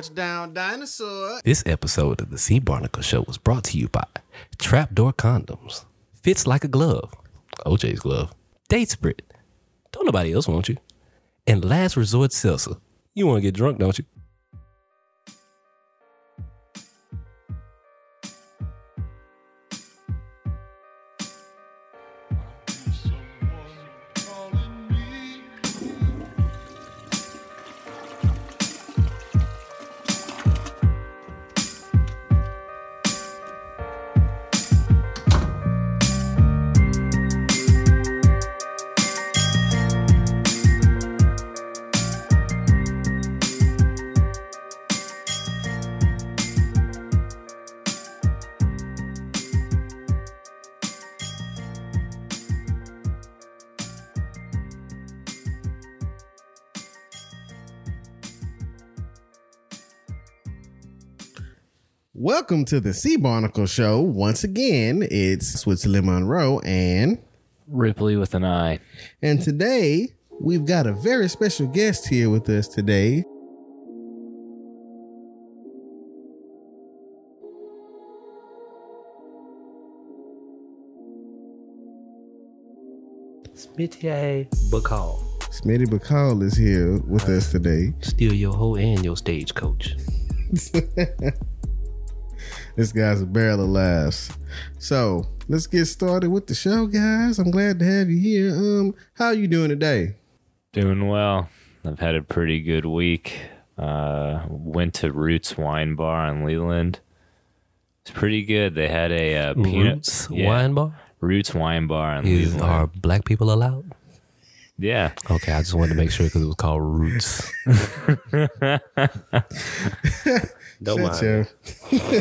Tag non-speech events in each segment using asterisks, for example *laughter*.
Touchdown dinosaur. This episode of the Sea Barnacle Show was brought to you by Trapdoor Condoms. Fits like a glove. OJ's glove. Date spread. Don't nobody else want you. And last resort seltzer. You want to get drunk, don't you? Welcome to the Sea Barnacle Show. Once again, it's Switzerland Monroe and Ripley with an eye. and today we've got a very special guest here with us today. Smitty Bacall. Smitty Bacall is here with us today. Steal your hoe and your stagecoach. This guy's a barrel of laughs. So let's get started with the show, guys. I'm glad to have you here. Um, how you doing today? Doing well. I've had a pretty good week. Uh, went to Roots Wine Bar on Leland. It's pretty good. They had a uh, peanuts Roots Wine Bar. Roots Wine Bar on Is, Leland. are black people allowed? Yeah, Okay, I just wanted to make sure because it was called Roots. Don't Shit, yo.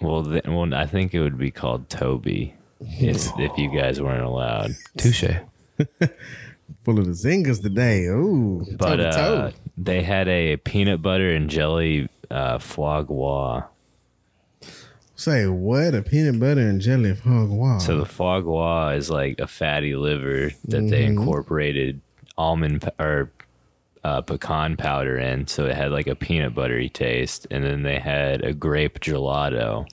Well, th- well, I think it would be called Toby if, if you guys weren't allowed. Touche. Full of the zingers today. Ooh, toe But to uh, toe. they had a peanut butter and jelly uh, foie gras. say what? A peanut butter and jelly hog wow. So the foie gras is like a fatty liver that they incorporated almond p- or uh, pecan powder in, so it had like a peanut buttery taste, and then they had a grape gelato,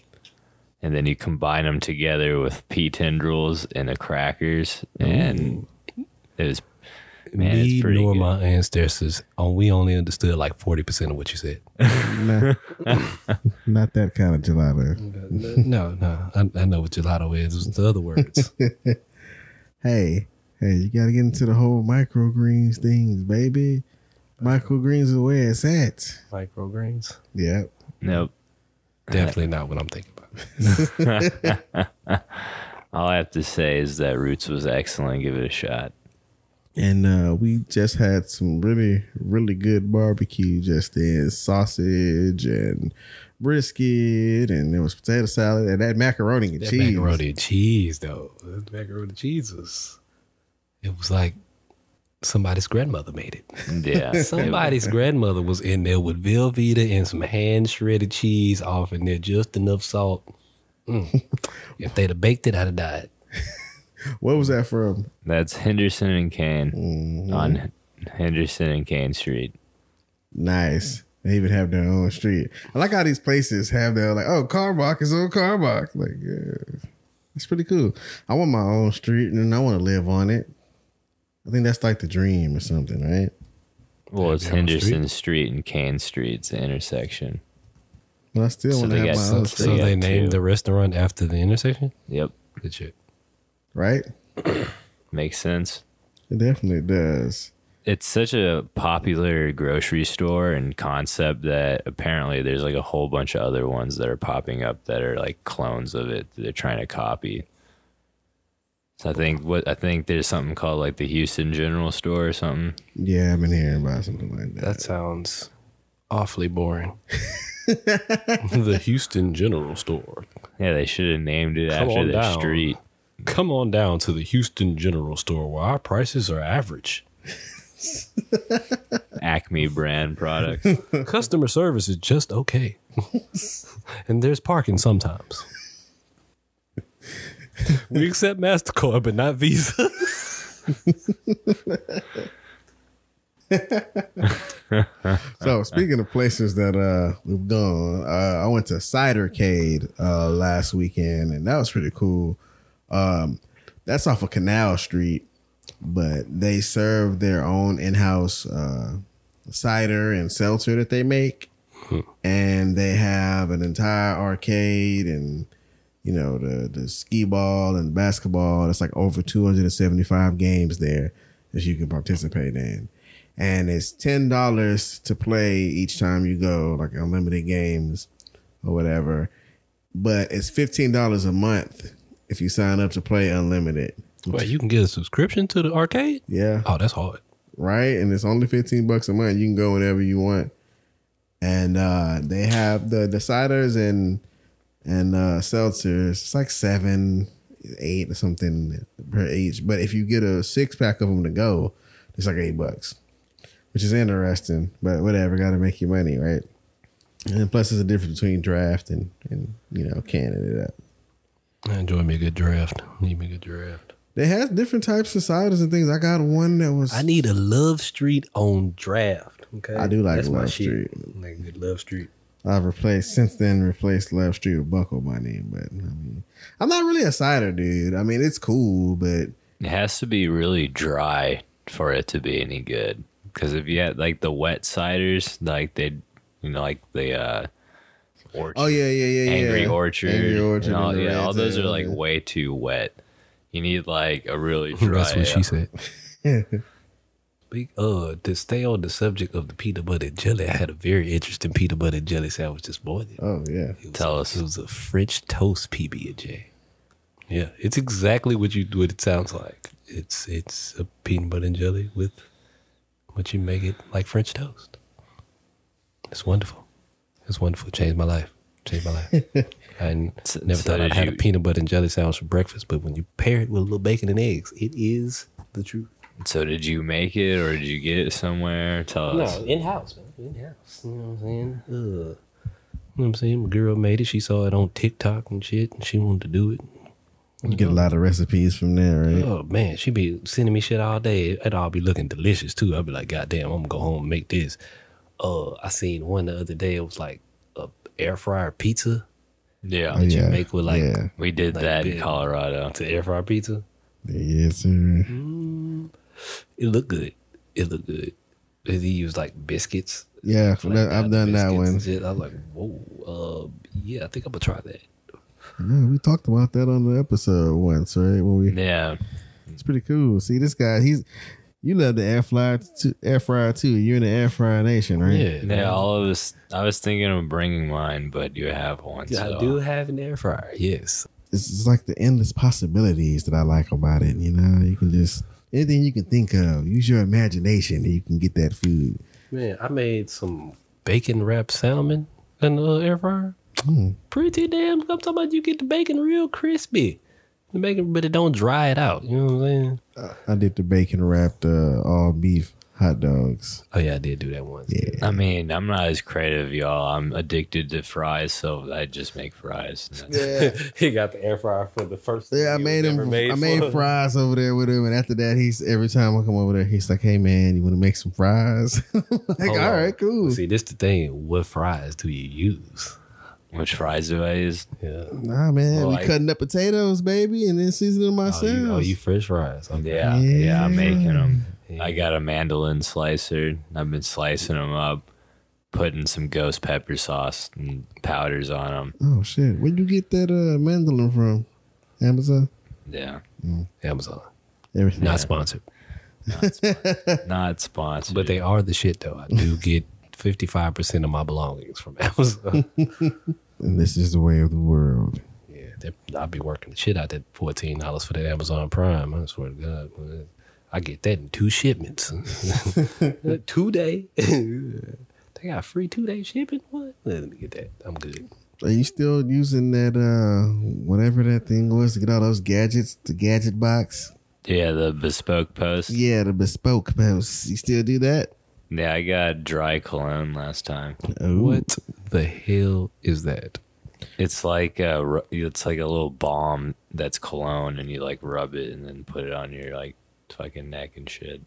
and then you combine them together with pea tendrils and the crackers, and it was man, Me it's pretty nor good. my ancestors, oh, we only understood like 40% of what you said. Nah. *laughs* not that kind of gelato. no, no. I, I know what gelato is. It's the other words. Hey, hey, you gotta get into the whole microgreens things, baby. Microgreens is where it's at. Microgreens. Yep. Nope. Definitely not what I'm thinking about. All I have to say is that Roots was excellent. Give it a shot. And uh, we just had some really, really good barbecue just then. Sausage and brisket, and there was potato salad and that macaroni and That cheese. macaroni and cheese, though. That macaroni and cheese was, it was like somebody's grandmother made it. *laughs* Yeah. it- Somebody's grandmother was in there with Velveeta and some hand shredded cheese off in there, just enough salt. Mm. if they'd have baked it, I'd have died. What was that from? That's Henderson and Kane on Henderson and Kane Street. Nice. They even have their own street. I like how these places have their like, oh, Carbach is on Carbach. Like, yeah, it's pretty cool. I want my own street, and I want to live on it. I think that's like the dream or something, right? Well, it's be on the Henderson Street. and Kane Street's intersection. But I still So want to they have got my some own sort street, So, They got they named two. the restaurant after the intersection? Yep, Good shit. right? makes sense. It definitely does. It's such a popular grocery store and concept that apparently there's like a whole bunch of other ones that are popping up that are like clones of it. That they're trying to copy. So I think what I think there's something called like the Houston General Store or something. Yeah, I've been hearing about something like that. That sounds awfully boring. *laughs* the Houston General Store. Yeah, they should have named it Come after on their down. street. Come on down to the Houston General Store where our prices are average. Acme brand products. Customer service is just okay. *laughs* and there's parking sometimes. *laughs* we *laughs* accept MasterCard, but not Visa. So speaking of places that uh we've gone, uh, I went to Cidercade uh last weekend and that was pretty cool. Um that's off of Canal Street, but they serve their own in-house uh cider and seltzer that they make. And they have an entire arcade and you know the the skee ball and basketball. That's like over 275 games there that you can participate in, and it's ten dollars to play each time you go, like unlimited games or whatever. But it's fifteen dollars a month if you sign up to play unlimited. Wait, you can get a subscription to the arcade? Yeah, Oh, that's hard. right? And it's only fifteen bucks a month. You can go whenever you want. And uh they have the the ciders and and uh seltzers. It's like seven, eight or something per each. But if you get a six pack of them to go, it's like eight bucks, which is interesting. But whatever, got to make your money, right? And plus, there's a difference between draft and and you know canning it up. I enjoy me a good draft. Need me a good draft. They have different types of ciders and things. I got one that was I need a love street on draft. Okay. I do like my Love shit. Street. Like a good love street. I've replaced since then replaced Love Street with Buckle Bunny, but I mean, I'm not really a cider dude. I mean, it's cool, but It has to be really dry for it to be any good. Because if you had like the wet ciders, like they, you know, like the uh, orchard, oh yeah, yeah, yeah, yeah. Angry Orchard, Angry Orchard, and all, and the yeah, all Reds, those are like yeah. way too wet. You need like a really dry. That's what she said. *laughs* Be- Uh, to stay on the subject of the peanut butter jelly, I had a very interesting peanut butter jelly sandwich this morning. Oh yeah, It was- Tell us. it was a French toast PB and J. Yeah, it's exactly what you what it sounds like. It's it's a peanut butter and jelly with, but you make it like French toast. It's wonderful. It's wonderful. Changed my life. Changed my life. I n- So- never so thought I'd did had a you- peanut butter and jelly sandwich for breakfast, but when you pair it with a little bacon and eggs, it is the truth. So did you make it, or did you get it somewhere? Tell us. in house, man. In house. You know what I'm saying? Ugh. You know what I'm saying? My girl made it. She saw it on TikTok and shit, and she wanted to do it. you get a lot of recipes from there, right? Oh man, she be sending me shit all day. It all be looking delicious too. I'd be like, God damn, I'm gonna go home and make this. Uh, I seen one the other day. It was like a air fryer pizza Yeah, that you make with like Oh, yeah, we did Like that in big. Colorado. to air fryer pizza. yes, sir. It looked good. It looked good. They used like biscuits. Yeah, like, that- I've done that biscuits one. and shit. I was like, whoa. Uh, yeah, I think I'm gonna try that. Yeah, we talked about that on the episode once, right? When we Yeah, It's pretty cool. See this guy, he's you love the air fryer too. Air fryer too. You're in the air fryer nation, right? Yeah, yeah. All of us. I was thinking of bringing mine, but you have one. Yeah, so. I do have an air fryer. Yes. it's just like the endless possibilities that I like about it. You know, you can just anything you can think of. Use your imagination, and you can get that food. Man, I made some bacon wrapped salmon in the air fryer. Mm. Pretty damn. I'm talking about you get the bacon real crispy. The bacon, but it don't dry it out. You know what I'm saying? I did the bacon wrapped uh, all beef hot dogs. Oh yeah, I did do that once. Yeah. I mean, I'm not as creative, y'all. I'm addicted to fries, so I just make fries. and that's- Yeah, *laughs* he got the air fryer for the first. yeah. I thing made he was him. ever I for made fries over there with him, and after that, he's every time I come over there, he's like, "Hey man, you want to make some fries?" *laughs* like, all Hold on. right, cool. See, this the thing. What fries do you use? Which fries do I use? Yeah. Nah, man, Well, we I- cutting up potatoes, baby, and then seasoning Oh, you, oh, myself. you fresh fries. Okay. Yeah, yeah, I'm making them. Yeah. I got a mandolin slicer. I've been slicing them up, putting some ghost pepper sauce and powders on them. oh shit, where'd you get that uh, mandolin from? Amazon. Yeah, Amazon. Everything. Not sponsored, not sponsored. but they are the shit though. I *laughs* do get fifty five percent of my belongings from Amazon. And this is the way of the world. Yeah, that- I'd be working the shit out that fourteen dollars for that Amazon Prime. I swear to God, man. I get that in two shipments, *laughs* two day. *laughs* they got free two day shipping. What? Let me get that. I'm good. Are you still using that uh whatever that thing was to get all those gadgets, the gadget box? yeah, the bespoke post. Yeah, Yeah, the bespoke post. You still do that? I got dry cologne last time. Ooh. What the hell is that? It's like a ru- it's like a little balm that's cologne, and you like rub it and then put it on your like fucking neck and shit.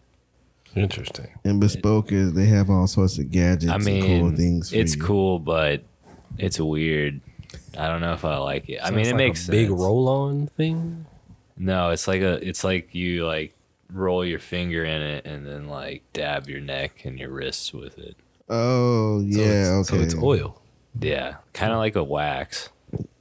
Interesting. And bespoke is they have all sorts of gadgets I mean, and cool things. for it's you. cool, but it's weird. I don't know if I like it. I mean, it Sounds like makes a big sense. roll-on thing. No, it's like a. It's like you like roll your finger in it and then like dab your neck and your wrists with it. Oh So yeah, it's- okay. So it's oil. Yeah, kind of like a wax.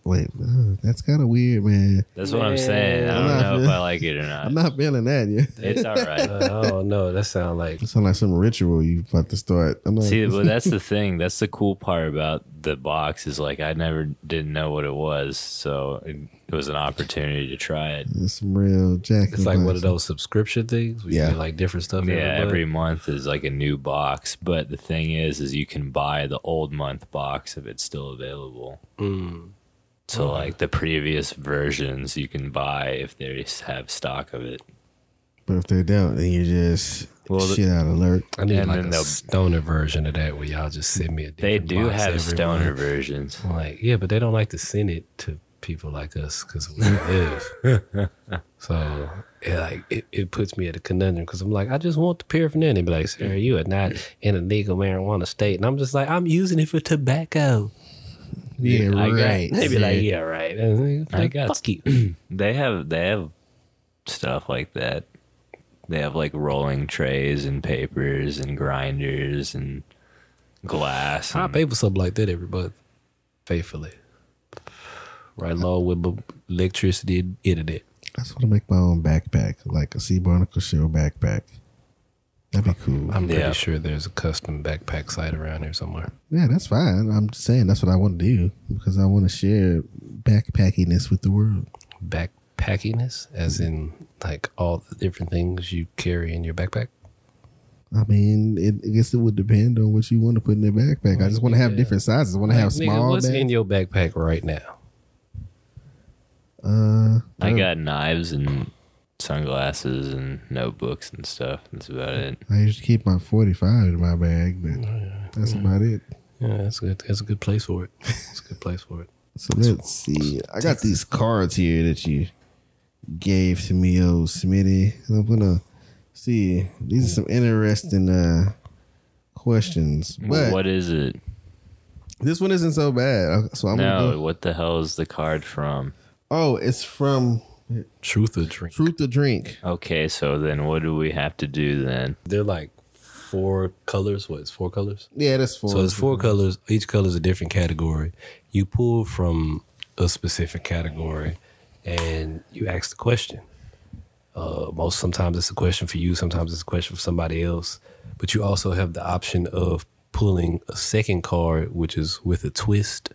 Wait, uh, that's kind of weird, man. That's what I'm saying. I I'm don't not know if feeling- I like it or not. I'm not feeling that. Yeah, It's all right. *laughs* oh no, that sounds like it sounds like some ritual you about to start. I'm not, See, but that's the thing. That's the cool part about the box is like I never didn't know what it was, so it, it was an opportunity to try it. It's some real jack. it's like one of those subscription things. Where Yeah. you get like different stuff. yeah, month. every month is like a new box, but the thing is, is you can buy the old month box if it's still available. Mm. So like the previous versions, you can buy if they have stock of it. But if they don't, then you just Well, the- shit out alert. I need And like then a they'll- stoner version of that where y'all just send me a. They different do box have every stoner month. *laughs* versions. I'm like, yeah, but they don't like to send it to people like us because we live. *laughs* so it like it, it puts me at a conundrum because I'm like, I just want the paraphernalia. But like, sir, you are not in a legal marijuana state, and I'm just like, I'm using it for tobacco. Yeah, I got- right. *laughs* They be like, yeah, right. And they- I got- fuck you. They have they have stuff like that. They have like rolling trays and papers and grinders and glass. I And, pay for something like that every month, faithfully. Right along with bu- electricity and internet. I just want to make my own backpack, like a sea barnacle shell backpack. Uh, That'd be cool. I'm pretty Yeah. sure there's a custom backpack site around here somewhere. yeah, that's fine. I'm just saying that's what I want to do because I want to share backpackiness with the world. Backpackiness, as in like all the different things you carry in your backpack. I mean, it, I guess it would depend on what you want to put in their backpack. I just want to have Yeah. different sizes. I want to have Nigga, small. what's bags. in your backpack right now? Uh, I got knives and sunglasses and notebooks and stuff. That's about it. I usually keep my 45 in my bag, but that's about it. Oh, Yeah, that's good. That's a good place for it. That's a good place for it. So let's see. I got these cards here that you gave to me, old Smitty. And I'm gonna see. These are some interesting uh questions, but what is it? this one isn't so bad. Uh, So I'm gonna. No, Go. what the hell is the card from? Oh, it's from Truth or drink? Truth or Drink. Okay, so then what do we have to do then? They're like four colors. What? It's four colors. Yeah, that's four. So it's four colors. Each color is a different category. You pull from a specific category, and you ask the question. Uh, most sometimes it's a question for you. Sometimes it's a question for somebody else. But you also have the option of pulling a second card, which is with a twist.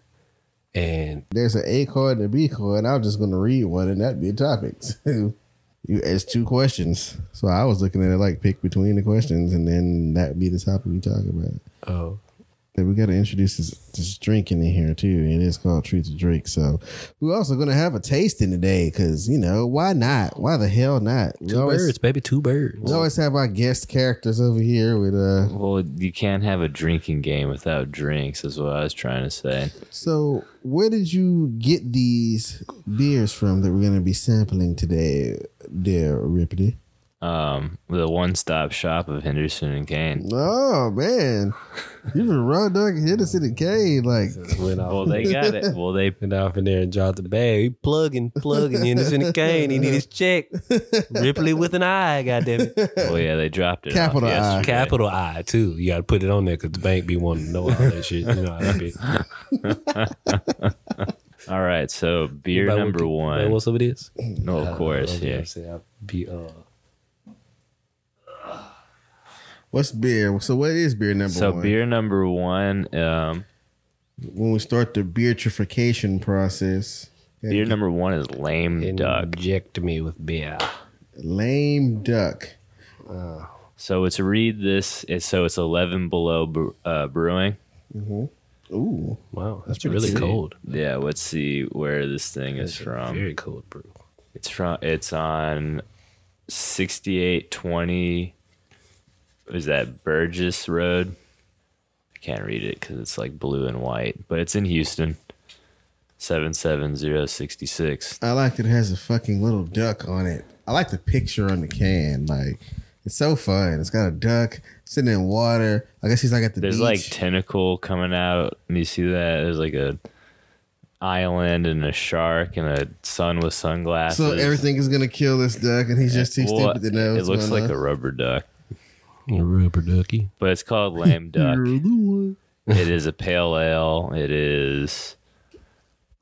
And There's an A card and a B card. I was just gonna read one, and that'd be a topic *laughs* too. You asked two questions, so I was looking at it like pick between the questions, and then that'd be the topic we talk about. uh, that we got to introduce this, this drink in here too. It is called Truth to Drink. So we're also going to have a tasting today because you know why not? Why the hell not? We two birds, always, baby, two birds. we always have our guest characters over here with uh. Well, you can't have a drinking game without drinks, is what I was trying to say. So where did you get these beers from that we're going to be sampling today, dear Rippity? Um, the one stop shop of Henderson and Kane. Oh man, you been raw dog hit us in the cave like. Went off. Well, they got it. Well, they Went off in there and dropped the bag. He plugging, plugging, in this in the cane. He need his check. Ripley with an eye, goddamn it. well, yeah, they dropped it. off Capital I. yesterday. Capital I too. You got to put it on there because the bank be wanting to know all that shit. You know, how that be. All right, so beer Everybody number want- one. everybody want some of this? no, of course, Okay, yeah. I say I'll Be uh, What's beer? So what is beer number So one? beer number one. Um, When we start the beertrification process, beer number one is lame duck. inject me with beer. lame duck. So it's read this. It's, so it's eleven below Bre- uh, brewing. Ooh, Wow, that's, pretty really good. cold. Yeah, let's see where this thing is from. Very cold, bro. It's from it's on 6820 is that Burgess Road? I can't read it cuz it's like blue and white, but it's in Houston. 77066. I like that it has a fucking little duck on it. I like the picture on the can. Like It's so fun. It's got a duck sitting in water. I guess he's like at the There's like beach. tentacle coming out, and you see that there's like a island and a shark and a sun with sunglasses. so everything is gonna kill this duck, and he's just too Well, stupid to know. It what's looks going like on. a rubber duck, Rubber ducky. but it's called *laughs* lame duck. You're the one. it is a pale ale. It is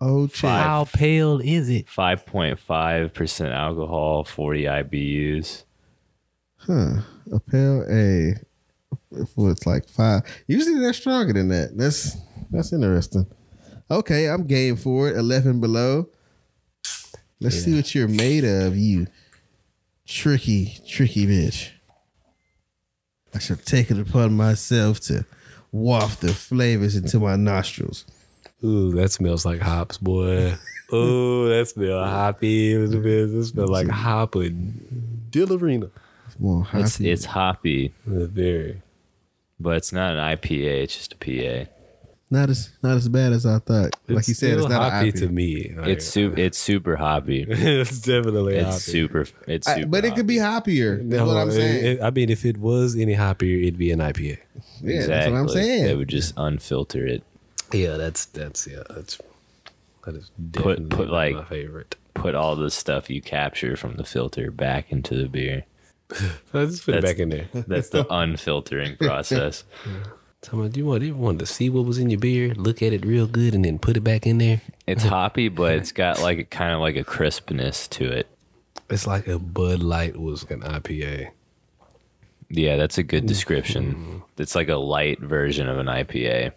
Oh, shit. Five. How pale is it? 5.5% alcohol, 40 IBUs. Huh. A pale A. If it's like five. Usually they're stronger than that. That's that's interesting. Okay, I'm game for it. Eleven below. Let's see what you're made of, you tricky, tricky bitch. I shall take it upon myself to waft the flavors into my nostrils. Ooh, that smells like hops, *laughs* boy. Ooh, that smells hoppy. It smells like hop and Dillarina. Well, how It's, do you- it's hoppy, Very. but it's not an IPA. It's just a PA. not as not as bad as I thought. like you said, it's still not hoppy an to IPA. me. Like, It's, su- it's super hoppy. *laughs* it's definitely hoppy. It's super. It's I- super. but it could be hoppier. That's No, what I'm it- saying. it- I mean, if it was any hoppier, it'd be an IPA. yeah, that's what I'm Exactly. saying. They would just unfilter it. Yeah, that's that's yeah, that's that is Put- definitely put, like- my favorite. Put all the stuff you capture from the filter back into the beer. I just put it That's- back in there. That's the unfiltering *laughs* process. Tell me, do you want you want to see what was in your beer, look at it real good, and then put it back in there? It's hoppy, but it's got like a kind of like a crispness to it. It's like a Bud Light was an IPA. Yeah, that's a good description. It's like a light version of an IPA.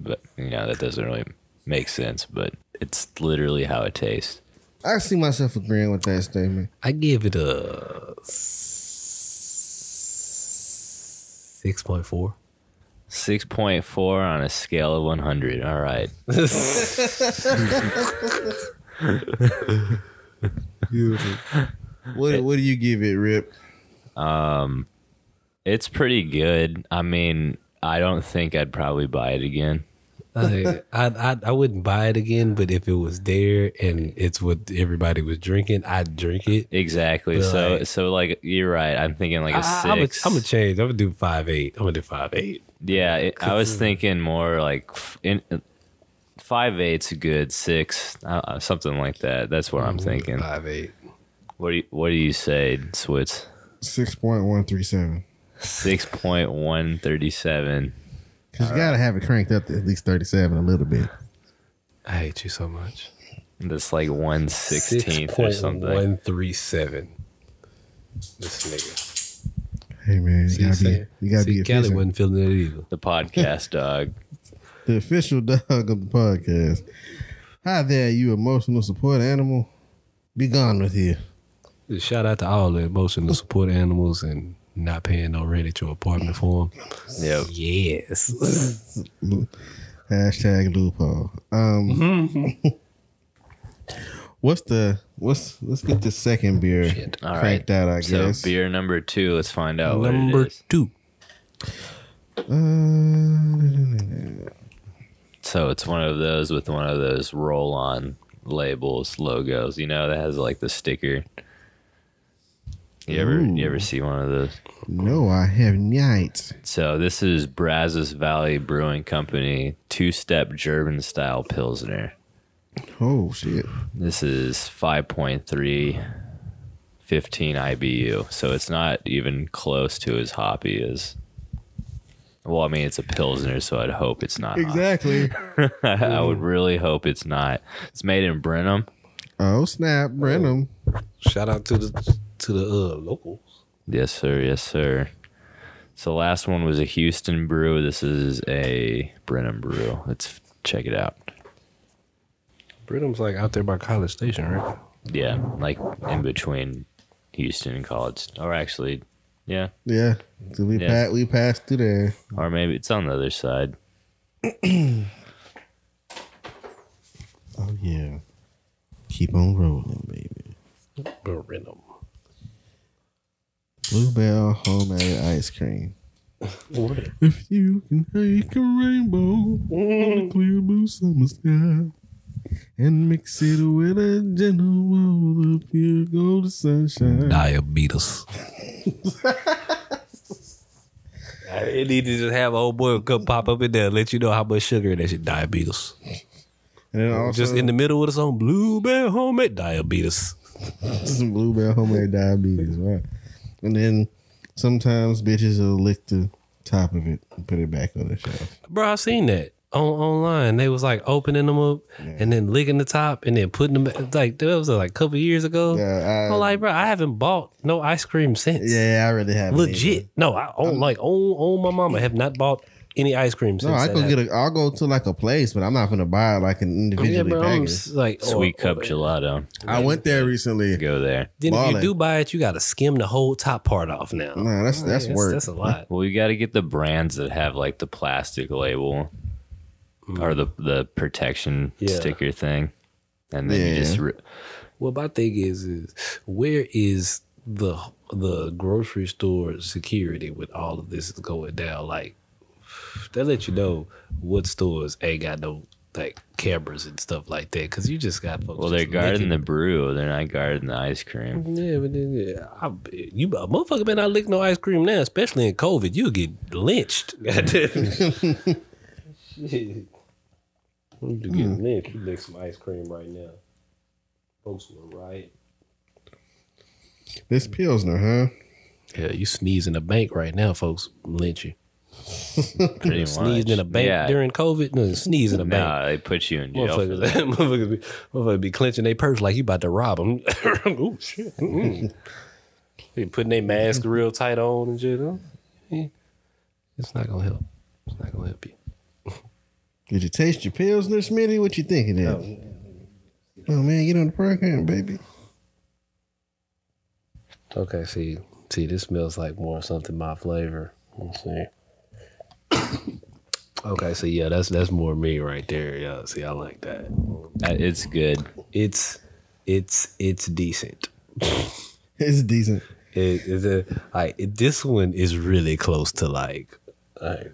But, you know, that doesn't really make sense, but it's literally how it tastes. I see myself agreeing with that statement. I give it a six point four. 6.4 on a scale of 100. All right. What What do you give it, Rip? It's pretty good. I mean, I don't think I'd probably buy it again. I, I I I wouldn't buy it again, but if it was there and it's what everybody was drinking, I'd drink it. Exactly. so, Right. so like you're right. I'm thinking like a I, am six. gonna change. I'm gonna do five eight. I'm gonna do five eight. yeah, it, I was thinking more like f- in, five eight's good. Six, uh, uh, something like that. That's what I'm thinking. Five eight. What do you, what do you say, Switz? Six point one three seven. Six point one thirty seven. Cause you gotta have it cranked up to at least thirty seven a little bit. I hate you so much. That's like one sixteenth or something. One three seven. This nigga. Hey man, you gotta See, be you gotta see, be Callie official. wasn't feeling it either. The podcast dog. the official dog of the podcast. Hi there, you emotional support animal. Be gone with you. Just shout out to all the emotional support animals and not paying no rent at your apartment for them. Yep. Yes. Hashtag loophole. Um, *laughs* what's the what's? Let's get the second beer All cranked right. out. I So guess. beer number two. Let's find out what Number it is. two. Uh, So it's one of those with one of those roll on labels, logos, you know, that has like the sticker. You ever you ever see one of those? no, I have not. So this is Brazos Valley Brewing Company two step German style pilsner. Oh shit. This is 5.3 15 IBU. So it's not even close to as hoppy as well, I mean it's a pilsner, so I'd hope it's not. *laughs* hoppy. Exactly. *laughs* I would really hope it's not. It's made in Brenham. Oh snap, Brenham. Shout out to the to the uh, locals. Yes, sir. Yes, sir. So last one was a Houston brew. This is a Brenham brew. Let's f- check it out. Britham's like out there by College Station, right? Yeah, like in between Houston and College, or actually, yeah, Yeah. So we Yeah. pa- we passed through there. or maybe it's on the other side. Oh yeah. Keep on rolling, baby. Brenham. Bluebell homemade ice cream. What? If you can take a rainbow on a clear blue summer sky and mix it with a gentle wall of pure gold sunshine. Diabetes. I- It need to just have old boy come pop up in there and let you know how much sugar in that shit. Diabetes. And then also Just in the middle of the song, Bluebell Homemade Diabetes. some bluebell homemade diabetes, right? And then sometimes bitches will lick the top of it and put it back on the shelf. Bro, I seen that on online. They was like opening them up and then licking the top and then putting them back. It's Like, that was like a couple years ago. Yeah, I- I'm like, bro, I haven't bought no ice cream since. Yeah, I really have Legit. No, I own, like, own, own my mama. I have not bought any ice cream since. No, I that go happened. get a. I'll go to like a place, but I'm not gonna buy like an Yeah, individually bro, I'm packaged. s- like Sweet or- or- cup gelato. I went there recently. Go there. Then if Ballin'. you do buy it, you got to skim the whole top part off now. Nah, that's that's that's, work. Oh, that's a lot. Well, you got to get the brands that have like the plastic label or the the protection Mm. Yeah. sticker thing, and then Yeah. you just re- Well, my thing is, is where is the the grocery store security when all of this is going down? Like, they let you know what stores ain't got no like cameras and stuff like that because you just got folks. well, they're just guarding the licking- brew. They're not guarding the ice cream. Yeah, but then, yeah, I, you a motherfucker better not lick no ice cream now, especially in COVID. You'll get lynched. *laughs* Shit. You get lynched. You lick some ice cream right now. Folks will riot. This Pilsner, huh? Yeah, you sneeze in a bank right now, folks. Lynch you. Pretty much. Sneezed in a bank Yeah. during COVID. No, sneeze in a bank. Nah, they put you in jail. for Motherfuckers, *laughs* that. motherfuckers, be, motherfuckers be clenching their purse like you about to rob *laughs* them. oh shit! Mm-mm. they putting their mask real tight on and shit. huh? Mm-hmm. Yeah. It's not gonna help. It's not gonna help you. Did you taste your Pilsner, Smitty? What you thinking? Of? Oh. man, get on the program, baby. Okay, see, see, this smells like more something my flavor. Let's see. *coughs* okay, so yeah, that's that's more me right there. Yeah, see, I like that. Uh, It's good. It's it's it's decent. It's decent. It, it's a, I, it- this one is really close to like, like-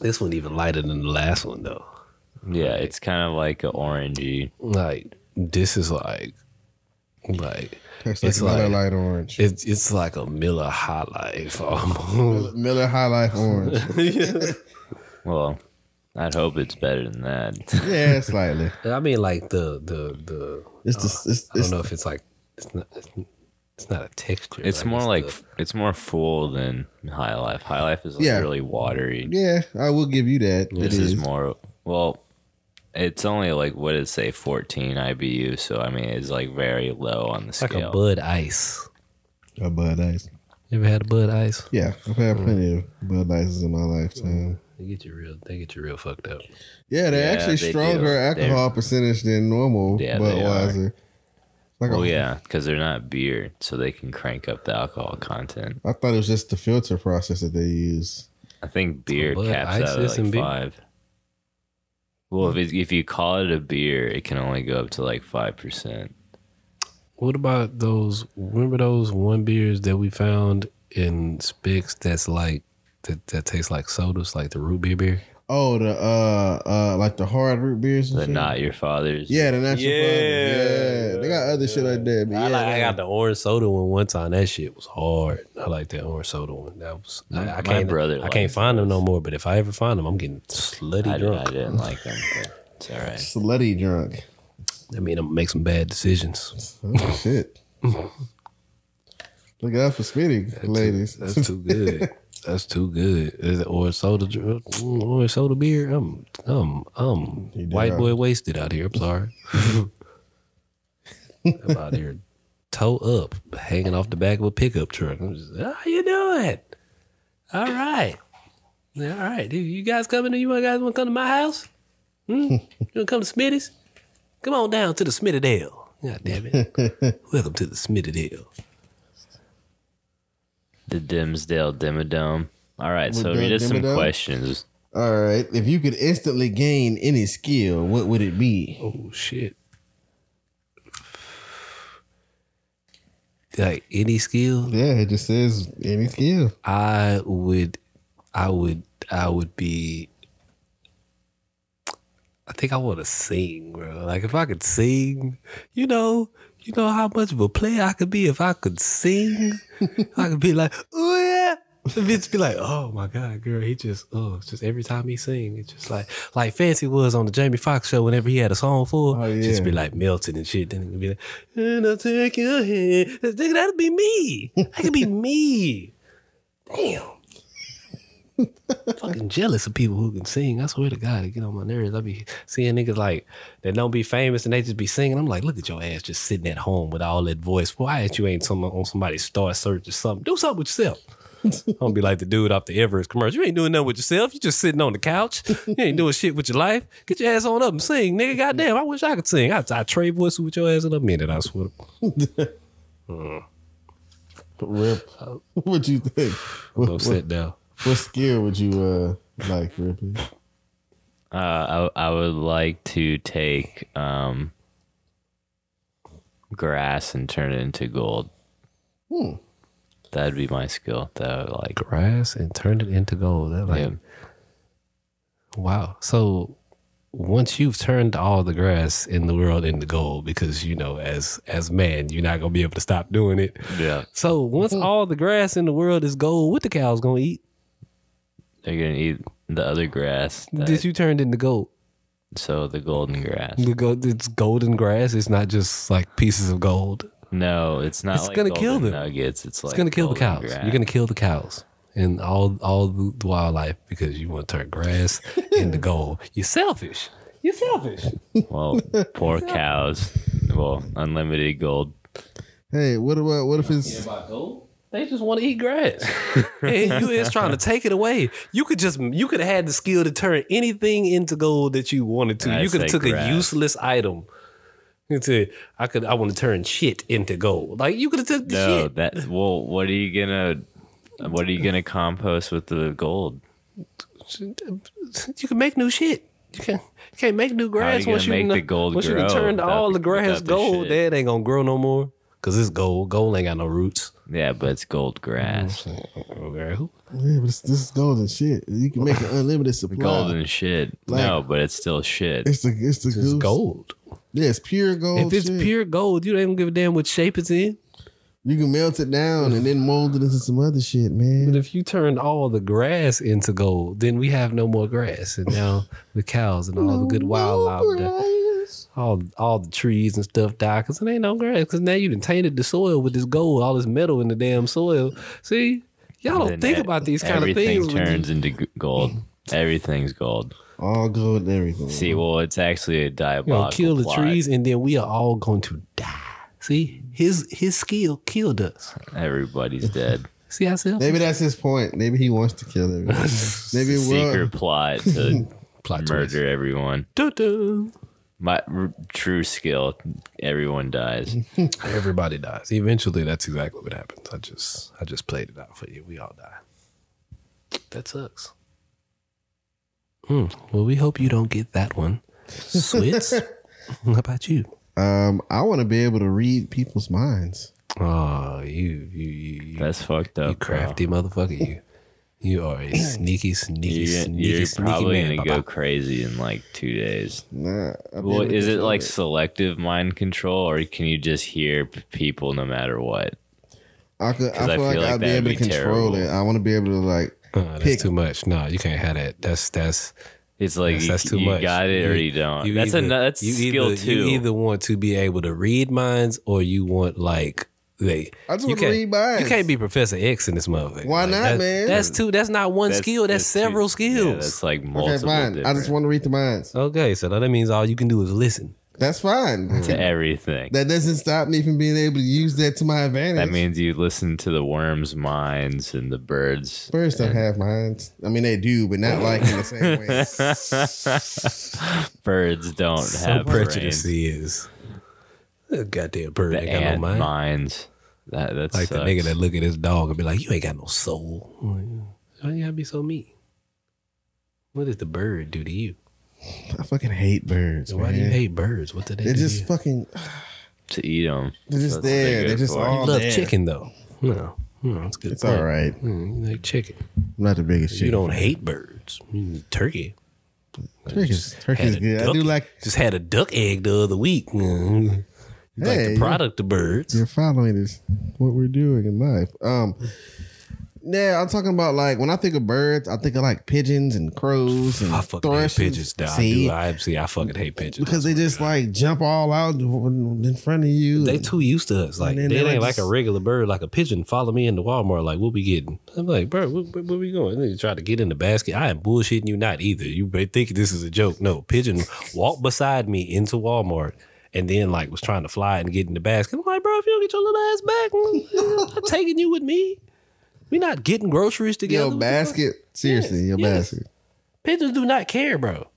This one even lighter than the last one though. Yeah, it's kind of like an orangey. Like this is like, like Tastes like It's Miller like- Light Orange. it's it's like a Miller High Life *laughs* almost. Miller High Life *laughs* Orange. Well, I'd hope it's better *laughs* than that. yeah, slightly. I mean, like the the the. Uh, It's the it's, I it's don't know if it's like it's not it's, it's not a texture. It's more the- like it's more full than High Life. High Life is like Yeah. really watery. yeah. I will give you that. it This is. is more well. It's only like what did it say, fourteen IBU. So I mean, it's like very low on the it's like scale. a Bud Ice. a Bud Ice. You ever had a Bud Ice? Yeah, I've Mm. had plenty of Bud Ices in my lifetime. They get you real. They get you real fucked up. Yeah, they're Yeah, actually they do. stronger alcohol percentage than normal Yeah, they Budweiser. Like Oh a- yeah, because they're not beer, so they can crank up the alcohol content. I thought it was just the filter process that they use. I think beer Bud caps Ice out at isn't like beer? five. Well, if it, if you call it a beer, it can only go up to like five percent. What about those? Remember those one beers that we found in Spix? That's like that. That tastes like sodas, like the root beer beer. Oh, the uh uh like the hard root beers and But shit. not your father's. yeah, the natural Yeah, flavors. Yeah. They got other shit like that. But yeah, I, like, I got the orange soda one one time. That shit was hard. I like that orange soda one. That was I, I My can't. brother I can't likes find them no more. But if I ever find them, I'm getting slutty I, did, drunk. I didn't like them. But it's all right. slutty drunk. I mean, I'm gonna make some bad decisions. Oh *laughs* shit. Look out for Smitty, ladies. That's too good. That's too good. Is it orange soda? dr- mm, Orange soda beer. I'm, I'm, I'm You white did. boy wasted out here. *laughs* I'm sorry. I'm out here, toe up, hanging off the back of a pickup truck. I'm just, how you doing? All right, all right. You- You guys coming? You guys want to come to my house? *laughs* Hmm? You want to come to Smitty's? Come on down to the Smittydale. God damn it! *laughs* Welcome to the Smittydale. The Dimsdale Dimmadome. All right, so We're we doing did some Dimmadome? questions. All right. If you could instantly gain any skill, what would it be? Oh shit. Like any skill, Yeah, it just says any skill. I would I would I would be I think I want to sing, bro. Like if I could sing, you know, you know how much of a player I could be if I could sing. I could be like, oh yeah. The bitch be like, oh my god, girl, he just, oh, it's just every time he sing, it's just like, like Fancy was on the Jamie Foxx show. Whenever he had a song full, Oh, just yeah. be like melting and shit. Then it would be like, and I'll take your hand. Nigga, That'd be me. That could be me. Damn. fucking jealous of people who can sing. I swear to God, it get on my nerves. I be seeing niggas like that don't be famous and they just be singing. I'm like, look at your ass just sitting at home with all that voice. Why ain't you ain't some, on somebody's star search or something? Do something with *laughs* yourself. Don't be like the dude off the Everest commercial. You ain't doing nothing with yourself. You just sitting on the couch. You ain't doing shit with your life. Get your ass on up and sing, nigga. Goddamn, I wish I could sing. I, I trade voices with your ass in a minute. I swear. Rip. *laughs* What you think? What, Go what, sit down. what skill would you uh like, Ripley? Uh, I I would like to take um, grass and turn it into gold. Hmm. That'd be my skill. That I would like. grass and turned it into gold. That like, Yeah. wow. So once you've turned all the grass in the world into gold, because you know, as as man, you're not gonna be able to stop doing it. Yeah, So once Mm-hmm. all the grass in the world is gold, what the cows gonna eat? they're gonna eat the other grass. that- This you turned into gold. so the golden grass. The gold, it's golden grass. It's not just like pieces of gold. No, it's not. It's like gonna kill golden them. Nuggets. It's like It's gonna kill the cows. golden grass. You're gonna kill the cows and all all the wildlife because you want to turn grass into gold. You're selfish. You're selfish. *laughs* Well, poor cows. Well, unlimited gold. Hey, what about what if it's They just want to eat *laughs* grass, and you is trying to take it away. You could just you could have had the skill to turn anything into gold that you wanted to. I'd you could have say took grass. a useless item. You said, I could I want to turn shit into gold. Like you could have took the No, shit. that. Well, what are you gonna? What are you gonna compost with the gold? You can make new shit. You can you can't make new How are grass you gonna once you make kn- the gold once you grow done turned without all the- the grass without the gold. shit? That ain't gonna grow no more because it's gold. Gold ain't got no roots. Yeah, but it's gold grass, Okay. yeah, but it's, this is golden shit. You can make an unlimited supply. golden shit. no, but it's still shit. It's the it's the It's goose. gold. Yeah, it's pure gold. if it's shit. pure gold, you don't give a damn what shape it's in. you can melt it down and then mold it into some other shit, man. But if you turned all the grass into gold, then we have no more grass, and now the cows and all the good wildlife, die. Grass. all all the trees and stuff die because it ain't no grass. Because now you done tainted the soil with this gold, all this metal in the damn soil. See, y'all don't Then think e- about these kind of everything things. when you- turns into g- *laughs* gold. Everything's gold. All gold and everything. See, Mm-hmm. well, it's actually a We're diabolical gonna kill the plot. trees, and then we are all going to die. See, his his skill killed us. *laughs* Everybody's dead. See how self Maybe that's his point. Maybe he wants to kill *laughs* everyone. Maybe it Secret will. plot to uh, plot murder everyone. Dun-dun. My r- true skill. Everyone dies. Mm-hmm. Everybody dies. Eventually, that's exactly what happens. I just, I just played it out for you. We all die. That sucks. Hmm. Well, we hope you don't get that one. Switz, *laughs* how about you? Um, I want to be able to read people's minds. Oh, you, you, you, you, That's uh, fucked up. you crafty motherfucker. You, you are *clears throat* a sneaky, bro. sneaky, You're, sneaky, you're sneaky probably man. gonna Bye-bye. go crazy in like two days. Nah, I'd be Well, able to is it control like selective mind control, or can you just hear p- people no matter what? I could. I 'Cause feel, like, I'd be that'd able to be control terrible. it. I want to be able to like. Uh, that's Pick- too much. No, you can't have that. That's that's It's like Yes, you, that's too you much. got it or you don't. that's a no- that's skill either, too. You either want to be able to read minds, or you want like they. I just you want to can't- read minds. You can't be Professor X in this motherfucker. Why Like, not, that's- man? That's two. That's not one skill. That's, two- several Yeah, skills. that's like multiple. Okay, fine. I just different- want to read the minds. okay, so that means all you can do is listen. That's fine. *laughs* to everything. That doesn't stop me from being able to use that to my advantage. That means you listen to the worms' minds and the birds. *laughs* Birds don't have minds. I mean, they do, but not like in the same way. *laughs* Birds don't So have prejudice brains. he is. A goddamn bird The ain't got no ant mind. minds. That that's Like the nigga that look at his dog and be like, "You ain't got no soul. Why you gotta be so mean? What does the bird do to you? I fucking hate birds. Why man. do you hate birds? What do they They're do? just to you? fucking. to eat them. They're just there. They're just all- love there. chicken though. No, no, it's good. It's all right. Mm, you like chicken. I'm not the biggest. You chicken don't hate birds. You eat turkey. Turkey's, turkey's a good. I duck- do like. Just had a duck egg the other week. Mm. like Hey, the you- product of birds. You're following this, what we're doing in life. Um, yeah, I'm talking about like when I think of birds, I think of like pigeons and crows and I fucking thrushes. hate pigeons. Dog. See, I, do. I see. I fucking hate pigeons. because they just like jump all out in front of you. they too used to us. Like then they, they, like, ain't like just- a regular bird, like a pigeon. Follow me into Walmart. Like what we getting? I'm like, bro, where, where, where we going? They try to get in the basket. I am bullshitting you not either. You may think this is a joke. No, pigeon *laughs* walked beside me into Walmart. And then, like, was trying to fly and get in the basket. I'm like, bro, if you don't get your little ass back, *laughs* I'm taking you with me. We not getting groceries together. your What the fuck? basket, seriously, your yes. basket. Pigeons do not care, bro.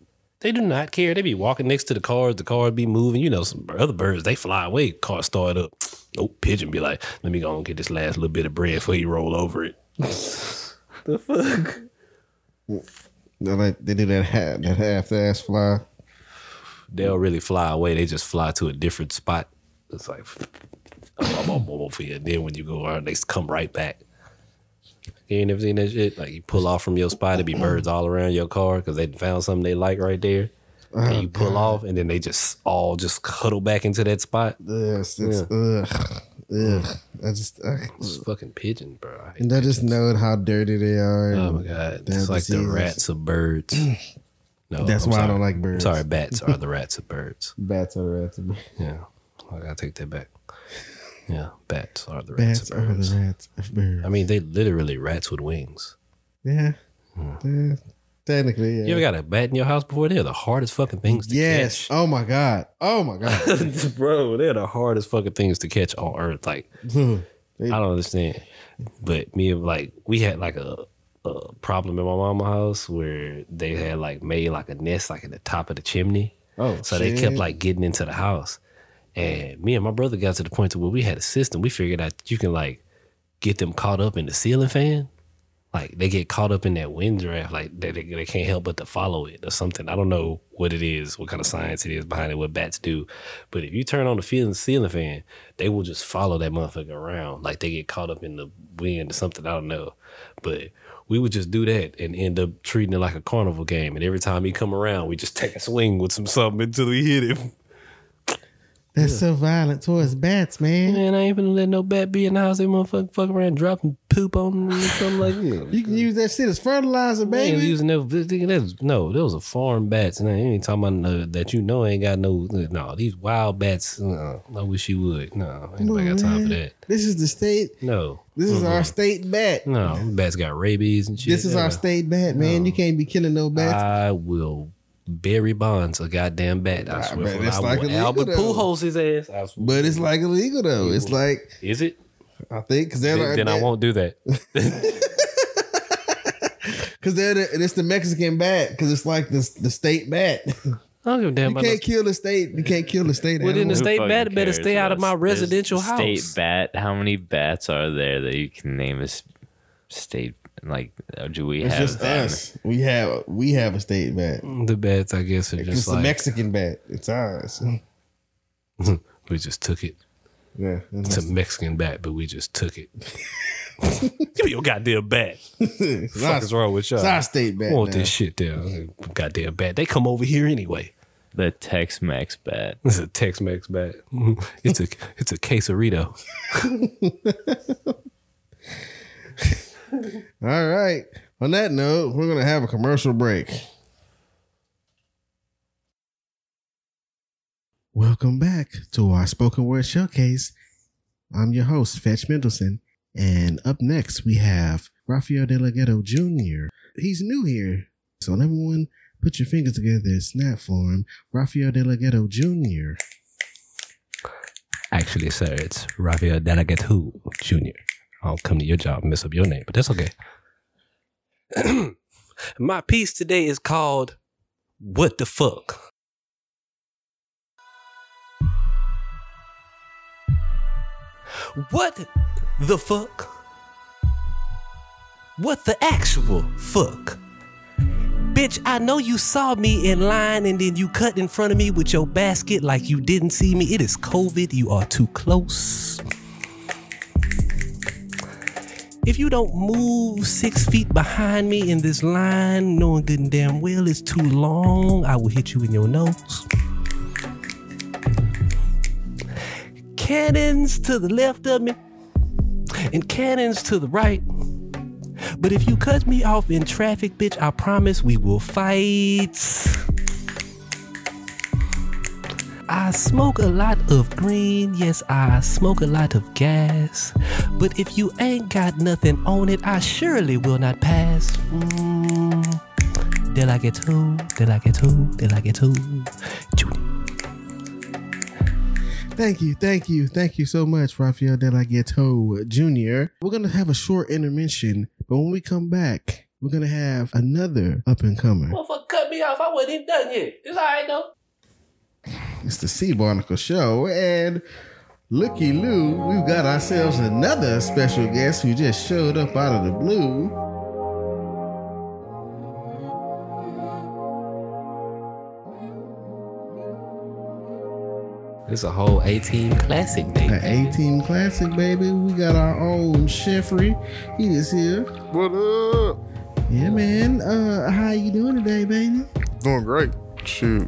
They do not care. They be walking next to the cars. The cars be moving. You know, some other birds they fly away. Car start up. Nope. Pigeon be like, let me go and get this last little bit of bread before you roll over it. *laughs* the fuck? They like they do that half, that half ass fly. They'll really fly away. They just fly to a different spot. It's like I'm on mobile for you. And then when you go around, they come right back. You ain't ever seen that shit? Like you pull off from your spot, it be birds all around your car because they found something they like right there. Oh, and you pull off, and then they just all just cuddle back into that spot. Ugh, it's, it's- ugh, ugh. I just, I, It's fucking pigeons, bro. I hate- and I just know how dirty they are. oh my god, Damn it's like the diseases. rats of *clears throat* birds. No, That's I'm why I sorry. don't like birds. sorry, bats are *laughs* the rats of birds. Bats are rats. Yeah, I gotta take that back. Yeah, bats are the rats Bats of are birds. the rats of birds. I mean, they literally rats with wings. Yeah. Hmm. Yeah. Technically, yeah. You ever got a bat in your house before? They're the hardest fucking things to yes. Oh my god. Oh my *laughs* god. catch, bro. They're the hardest fucking things to catch on earth. Like I don't understand. But me and like we had like a, a problem in my mama's house where they had like made like a nest like in the top of the chimney. Oh, So they shit. kept like getting into the house. And me and my brother got to the point to where we had a system. We figured out you can like get them caught up in the ceiling fan. Like they get caught up in that wind draft, like they, they, they can't help but to follow it or something. I don't know what it is, what kind of science it is behind it, what bats do. But if you turn on the ceiling, ceiling fan, they will just follow that motherfucker around. Like they get caught up in the wind or something. I don't know. But we would just do that and end up treating it like a carnival game. And every time he come around, we just take a swing with some something until he hit him. That's so violent towards bats, man. *laughs* Man, I ain't finna let no bat be in the house. They motherfucker fuck around, drop and poop on me or something like that. You can use that shit as fertilizer, They ain't *laughs* baby. using that, that, was- no, those are foreign bats. And I ain't talking about no, that you know ain't got no. No, these wild bats. No, I wish you would. No, ain't nobody got time for that. This is the state. No, This is Mm-hmm. our state bat. no, them bats got rabies and Mm, shit. This is Yeah. our state bat, Oh. man. You can't be killing no bats. I will bury bonds a goddamn bat. I swear. bet for it. that's I like will illegal, Albert though. Pujols his ass. I swear. but it's like illegal though. It's like Is it? I think because they're Then, like then I won't do *laughs* that. because they're the, and it's the Mexican bat because it's like the the state bat. *laughs* you I don't give a damn about no can't kill the state. You can't kill the state. Well, then animal. it's- Who state fucking bat better cares stay out of about- my there's residential the house. State bat. How many bats are there that you can name as state? Like, uh, do we It's have? just them? us. We have we have a state bat. The bats, I guess, are It's just a like Mexican bat. It's *laughs* ours. we just took it. Yeah. It's *laughs* a Mexican bat, but we just took it. Give me your goddamn bat. It's What our, is wrong with y'all? it's our state bat. want now. this shit there. Goddamn bat. They come over here anyway. The Tex-Mex bat. It's a Tex-Mex bat. *laughs* It's a it's a quesarito. All right. On that note, we're gonna have a commercial break. Welcome back to our spoken word showcase. I'm your host, Fetch Mendelson, and up next we have Rafael De La Ghetto Jr. He's new here, so everyone put your fingers together and snap for him. Rafael De La Ghetto Jr. Actually, sir, it's Rafael Delegate Who Jr. I'll come to your job and mess up your name, but that's okay. *clears throat* My piece today is called What the Fuck? What the fuck? What the actual fuck? Bitch, I know you saw me in line and then you cut in front of me with your basket like you didn't see me. It is COVID. You are too close. If you don't move six feet behind me in this line, knowing good and damn well it's too long, I will hit you in your nose. Cannons to the left of me and cannons to the right. But if you cut me off in traffic, bitch, I promise we will fight. I smoke a lot of green, yes, I smoke a lot of gas. But if you ain't got nothing on it, I surely will not pass. Mm. Del I get two, del I get two, del I get two. Judy. Thank you, thank you, thank you so much, Rafael De La Ghetto Jr. We're gonna have a short intermission, but when we come back, we're gonna have another up and comer. Motherfucker cut me off, I wasn't even done yet. It's alright though. It's the Sea Barnacle Show, and looky Lou, we've got ourselves another special guest who just showed up out of the blue. It's a whole 18 classic thing. The A Team Classic, baby. We got our own Jeffrey. He is here. What up? Yeah, man. Uh, how you doing today, baby? Doing great. Shoot.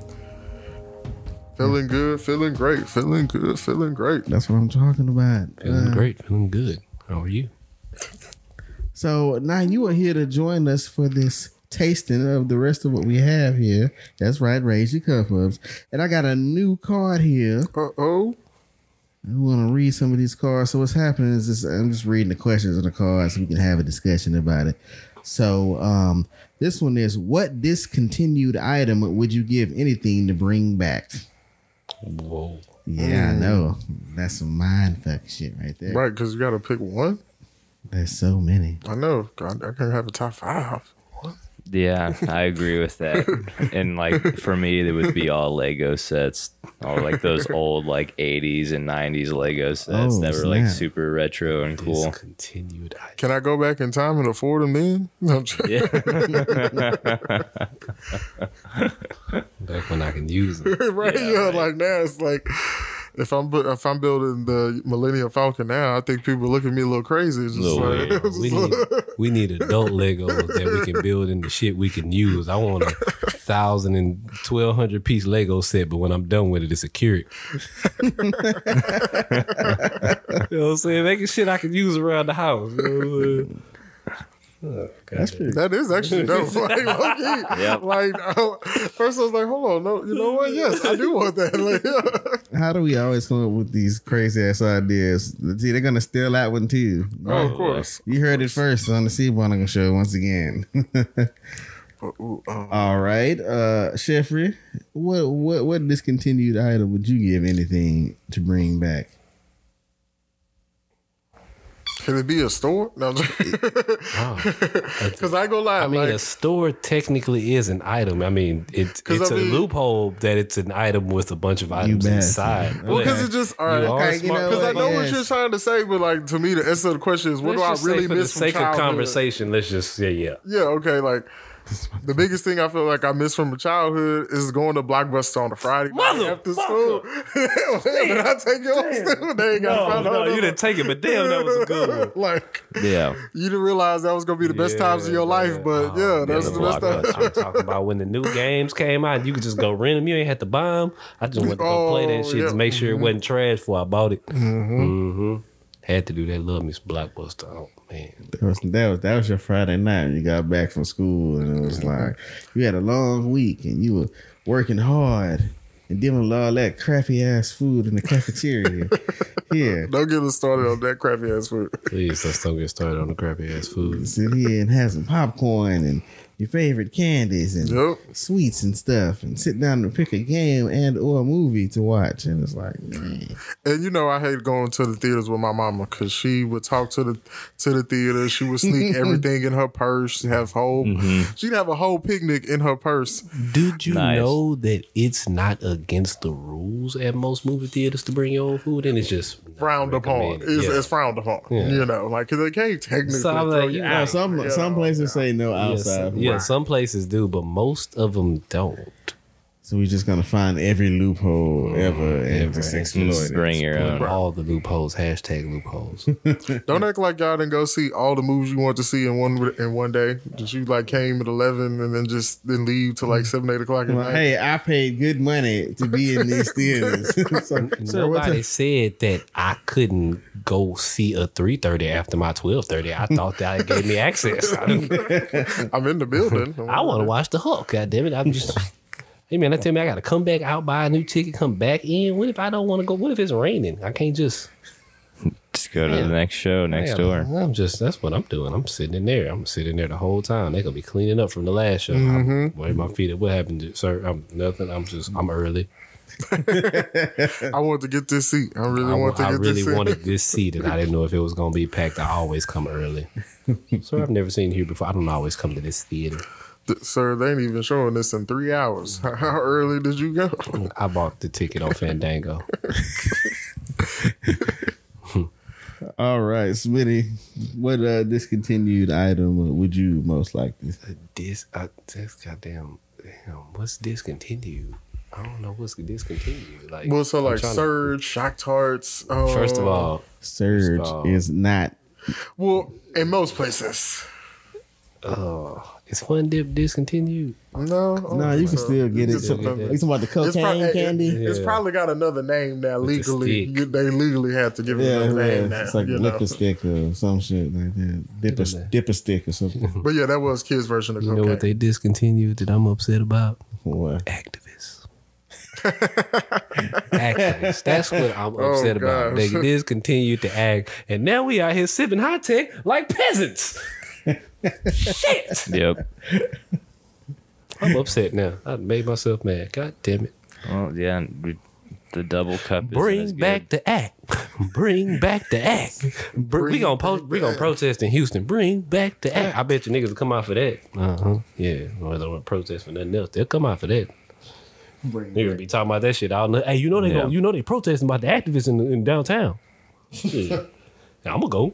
Feeling good, feeling great, feeling good, feeling great. That's what I'm talking about. Feeling Uh, great, feeling good. How are you? So now you are here to join us for this tasting of the rest of what we have here. That's right, raise your cup ups. And I got a new card here. Uh oh. I want to read some of these cards. So what's happening is this, I'm just reading the questions on the cards so we can have a discussion about it. So um, this one is what discontinued item would you give anything to bring back? Whoa. Yeah, I know. That's some mind fuck shit right there. Right, because you got to pick one. There's so many. I know. I, I can't have a top five. Yeah, I agree *laughs* with that. and like for me, it would be all Lego sets, all like those old like '80s and '90s Lego sets Oh, that were like snap. super retro and cool. Discontinued item. Can I go back in time and afford them then? No, I'm just- Yeah, Back when I can use them. *laughs* right? Yeah, like now it's like if I'm bu- if I'm building the Millennium Falcon now, I think people look at me a little crazy. It's just Little like, weird. *laughs* it's we just need like- we need adult Legos that we can build into shit we can use. I want a thousand and twelve hundred piece Lego set, but when I'm done with it, it's a Keurig. *laughs* you know what I'm saying? Making shit I can use around the house. you know what I'm saying? That's pretty. That is actually dope. *laughs* Like, low-key. Yep. like *laughs* I, first I was like, hold on, no, you know what? Yes, I do want that. *laughs* Like, yeah. How do we always come up with these crazy ass ideas? See, they're gonna steal that one too. Oh, of course. You heard it first on the Sea Barnacle Show once again. Ooh, uh, All right, uh, Jeffrey, what what what discontinued item would you give anything to bring back? Can it be a store? No, *laughs* Wow. because I go lie. I mean, like, a store technically is an item. I mean, it, 'Cause it's I a mean- loophole that it's an item with a bunch of items bastard. inside. well, But- because it just all You right. are Okay, you smart. know Because I what? know what Yes. you're trying to say, but like to me, the answer to the question is, what Let's just do I say really for miss the from sake of childhood? conversation? Let's just yeah, yeah. Yeah, okay. Like the biggest thing I feel like I miss from childhood is going to Blockbuster on a Friday night Motherfucker. after school. *laughs* Man, did I take yours too? They ain't got No, found no, out. you didn't take it, but damn, that was a good one. *laughs* like *laughs* yeah. you didn't realize that was gonna be the best times of your life, but yeah, that's man, the the best time. Blockbuster. I'm talking about when the new games came out. You could just go rent them. You ain't had to buy them. I just went to go play that Oh, shit yeah. to make sure it wasn't trash before I bought it. Mm-hmm. Had to do that. Love Miss Blockbuster. Oh man, That was that was that was your Friday night when you got back from school and it was like you had a long week and you were working hard and dealing with all that crappy ass food in the cafeteria. yeah. Don't get us started on that crappy ass food. please let's don't get started on the crappy ass food. Sit here and have some popcorn and your favorite candies and Yep. sweets and stuff and sit down and pick a game and or a movie to watch and it's like man. And you know I hate going to the theaters with my mama because she would talk to the to the theater. She *laughs* would sneak everything in her purse. She'd have whole Mm-hmm. she'd have a whole picnic in her purse. Did you Nice. know that it's not against the rules at most movie theaters to bring your own food? And it's just not frowned upon. recommended. It's, Yeah. it's frowned upon. Yeah. You know, like 'cause they can't technically. So I'm like, throw you you know, out. some you some know. places say no Yeah, outside. some, yeah, some places do, but most of them don't. So we're just gonna find every loophole ever and Ever. just Just exploit it. Bring your own. All the loopholes, hashtag *laughs* loopholes. Don't act like y'all didn't go see all the movies you want to see in one in one day. Just you like came at eleven and then just then leave till like seven eight o'clock at Like, night. hey, I paid good money to be in these theaters. *laughs* It's like, sir, what Nobody the- said that I couldn't go see a three thirty after my twelve thirty. I thought that gave me access. I, didn't- I'm in the *laughs* building. I want to watch the Hulk. God damn it! I'm just. Hey man, I tell me I gotta come back out, buy a new ticket, come back in. What if I don't want to go? What if it's raining? I can't just. Just go to Yeah. the next show next Damn, door. I'm just. That's what I'm doing. I'm sitting in there. I'm sitting there the whole time. They're gonna be cleaning up from the last show. Mm-hmm. I'm wearing my feet up. What happened, to, sir? I'm nothing. I'm just. I'm early. I want to get this seat. I really I, want to I get really this seat. wanted this seat, and I didn't know if it was going to be packed. I always *laughs* come early. Sir, I've never seen you before. I don't always come to this theater. Th- Sir, they ain't even showing this in three hours. *laughs* How early did you go? I bought the ticket on Fandango. All right, Smitty, what uh, discontinued item would you most like to This, I, this goddamn, damn, what's discontinued? I don't know what's discontinued. Like, Well, so I'm like trying to- Surge, Shock Tarts. Uh, First of all, Surge Stop. is not well, in most places, is Fun Dip discontinued? no, No, you can still get it. It's, You get talking about the it's cocaine probably, candy? it- it's Yeah. probably got another name now. the legally, stick. you, they legally have to give it yeah, another yeah. name now. it's like you know? liquor stick or some shit like that. Dipper, Look at that. dipper stick or *laughs* something. But yeah, that was kids' version of You cocaine. know what they discontinued that I'm upset about? What? activists. activists. That's what I'm upset about. They gosh. discontinued to act, and now we out here sipping high tech like peasants. Shit. Yep. *laughs* I'm upset now. I made myself mad. God damn it. Well, yeah, we- the double cup. isn't as Bring good. back the act. *laughs* Bring back the act. Br- we gonna po- we gonna protest in Houston. Bring back the act. I bet you niggas will come out for that. Uh Uh-huh. huh. Yeah. Well, they won't protest for nothing else. They'll come out for that. Niggas be talking about that shit out. in the- Hey, you know they Yeah. going you know they protesting about the activists in, in downtown. Yeah. I'm gonna go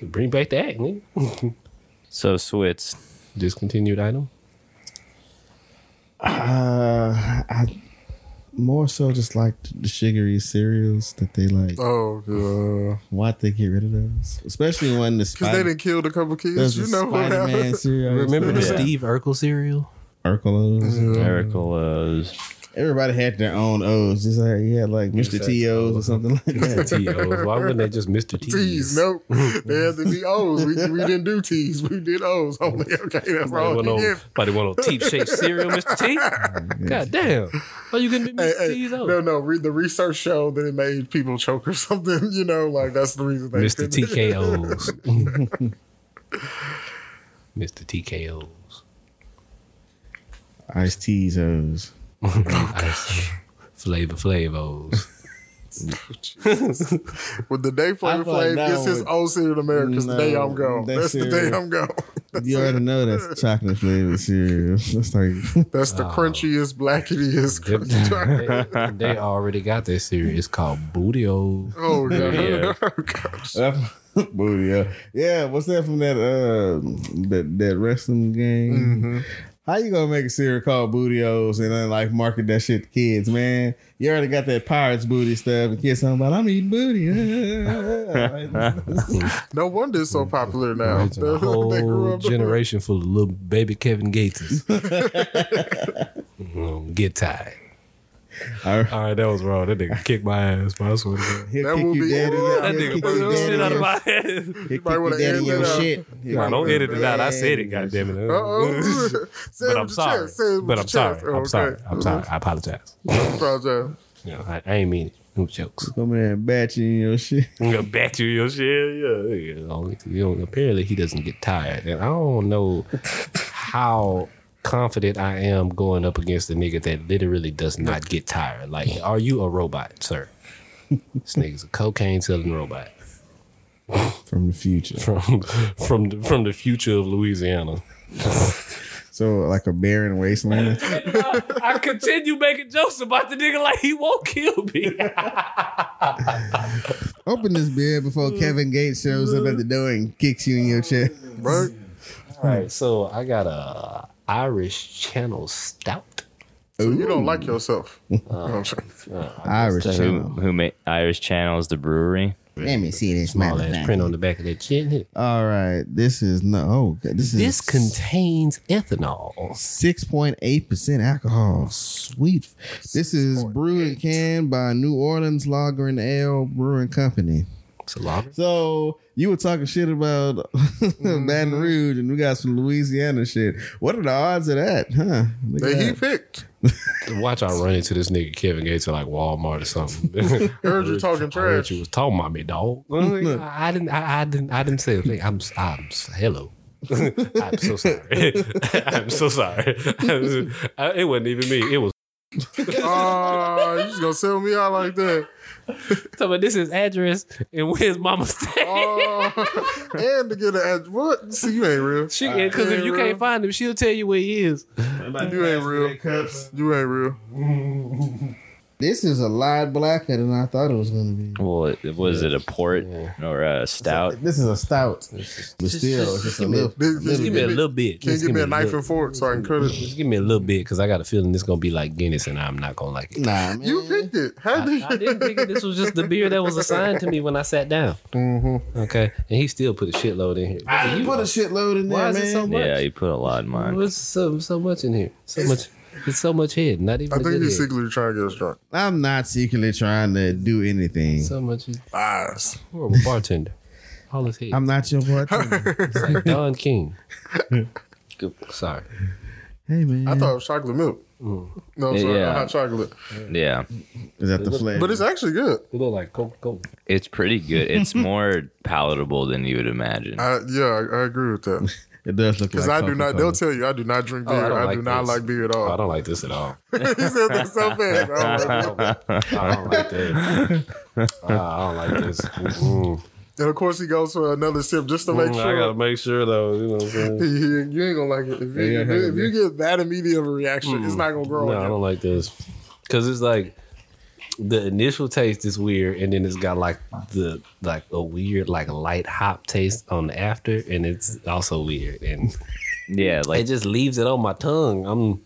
bring back the act. Nigga. So Switz, Discontinued item. Uh, I more so just like the sugary cereals that they like. Oh, because Why'd they get rid of those? Especially when the they spider, didn't kill a couple kids. there's You a know what Spider-Man happened? cereal. Remember the Yeah. Steve Urkel cereal? Urkelos? Miracle O's. Everybody had their own O's. Just like yeah, like Mr. T O's or something like *laughs* that. T.O.'s. Why wouldn't they just Mr. T's? T's, *laughs* nope. they had to be O's. We, we didn't do T's. We did O's *laughs* only. Okay, that's all Nobody you want no, get. nobody want no teeth shaped cereal, Mr. T. God damn. Oh, you gonna be Hey, Mr. hey, T's out? no, no. Re- the research showed that it made people choke or *laughs* something. You know, like that's the reason. They Mr. couldn't- *laughs* TKO's. Mr. TKO's. Iced T's O's. Ice- Flavor Flavos. When the day I Flavor feel like Flav that gets his would- own cereal in America, it's the No, day I'm gone. that That's the day cereal- I'm gone. *laughs* You already know that's chocolate flavored cereal. That's like That's the crunchiest, blackiest. *laughs* Yep. *laughs* crunchy- they, they already got their cereal. It's called Bootio. oh Yeah. yeah. Gosh. That- *laughs* Booty, yeah. Yeah, what's that from that uh that, that wrestling game? How you gonna make a cereal called Bootios and then like market that shit to kids, man? You already got that pirates booty stuff and kids talking about I'm eating booty. *laughs* *laughs* No wonder it's so popular now. *laughs* It's a whole generation full of little baby Kevin Gates. Mm, Get tied. All right. All right, that was wrong. That nigga kicked my ass. But I swear to God. He'll That kick will you be- dead in Ooh, your- that he'll nigga kick put you the dead in shit out your- head. he'll kick might wanna you dead in edit your that out. shit. He'll Nah, kick don't you edit it out. I said it. dead in God your damn it. Uh *laughs* oh. *laughs* But I'm sorry. But I'm sorry. I'm sorry. I'm sorry. I apologize. You know, I, I ain't mean it. No jokes. shit. Come in there and bat you in your shit. *laughs* I'm gonna bet you your shit. Yeah, yeah. Only- you know, apparently he doesn't get tired, and I don't *laughs* know how confident I am going up against a nigga that literally does not get tired. Like, are you a robot, sir? *laughs* This nigga's a cocaine selling robot From the future. from *laughs* from the, from the future of Louisiana. So like a barren wasteland. I continue making jokes about the nigga like he won't kill me. Open this beer before Mm. Kevin Gates shows up at the door and kicks you in your chest. Right? Mm. All right, so I got a Irish Channel Stout. So you don't like yourself. I'm sure. *laughs* Irish Who, channel. who made Irish Channel is the brewery? Let me see this Small ass Oh, print on the back of that chin. All right, this is no. Oh, God, this is This contains ethanol. six point eight percent alcohol. Sweet. This is brewed and canned by New Orleans Lager and Ale Brewing Company. It's a lager. So you were talking shit about *laughs* Mm-hmm. Baton Rouge, and we got some Louisiana shit. What are the odds of that, huh? Look at That he that. picked. Watch, I run into this nigga Kevin Gates at like Walmart *laughs* or something. *laughs* Heard you talking I heard trash. you was talking about *laughs* me, dog. I didn't. I, I didn't. I didn't say a thing. I'm. s- I'm. s- Hello. *laughs* I'm so sorry. *laughs* I'm so sorry. *laughs* I- it wasn't even me. It was. Ah, you just gonna sell me out like that. So, but this is address and *laughs* where's Mama stay? Oh, and to get an ad- what? See, you ain't real. She because if you can't find him, she'll tell you where he is. You ain't real. You ain't real. This is a lot blacker than I thought it was going to be. Well, it, was it a port or a stout? This is a stout, but still, it's just a little. Can Just give me a little bit. Can you Just give me a knife little- and fork so I can cut it? Just give me a little bit because I got a feeling this gonna be like Guinness and I'm not gonna like it. Nah, man. You picked it. How did I didn't think it- this was just the beer that was assigned to me when I sat down. Okay, and he still put a shitload in here. I didn't put a shitload in there, Why is man. it so much? Yeah, you put a lot in mine. What's so so much in here? So much. It's so much head. Not even. I a think good he's head. secretly trying to get us drunk. I'm not secretly trying to do anything. So much. He's a Lies. horrible bartender. All his head. I'm not your bartender. It's like *laughs* Don King. Good- Sorry. hey, man. I thought it was chocolate milk. No, I'm sorry, Yeah. hot chocolate. Yeah, is that the flavor? But it's actually good. It look like Coca Cola. it's pretty good. It's more palatable than you would imagine. I, yeah, I, I agree with that. it does look like. Because I do not. Coca-Cola. They'll tell you I do not drink Oh, I beer. don't I, like do not this. like beer at Oh, I all. don't like this at all. *laughs* he said that so fast. I don't like beer. *laughs* I don't like that. Uh, I don't like this. Mm-mm. and of course, he goes for another sip just to make Mm, I *laughs* gotta sure. make sure though. You know what I'm saying? You, you ain't gonna like it. If you, Yeah, if yeah, you- if you get that immediate of a reaction, Mm. it's not gonna grow. No, on I you. don't like this because it's like the initial taste is weird, and then it's got like the like a weird like light hop taste on the after, and it's also weird, and yeah, it like just leaves it on my tongue. I'm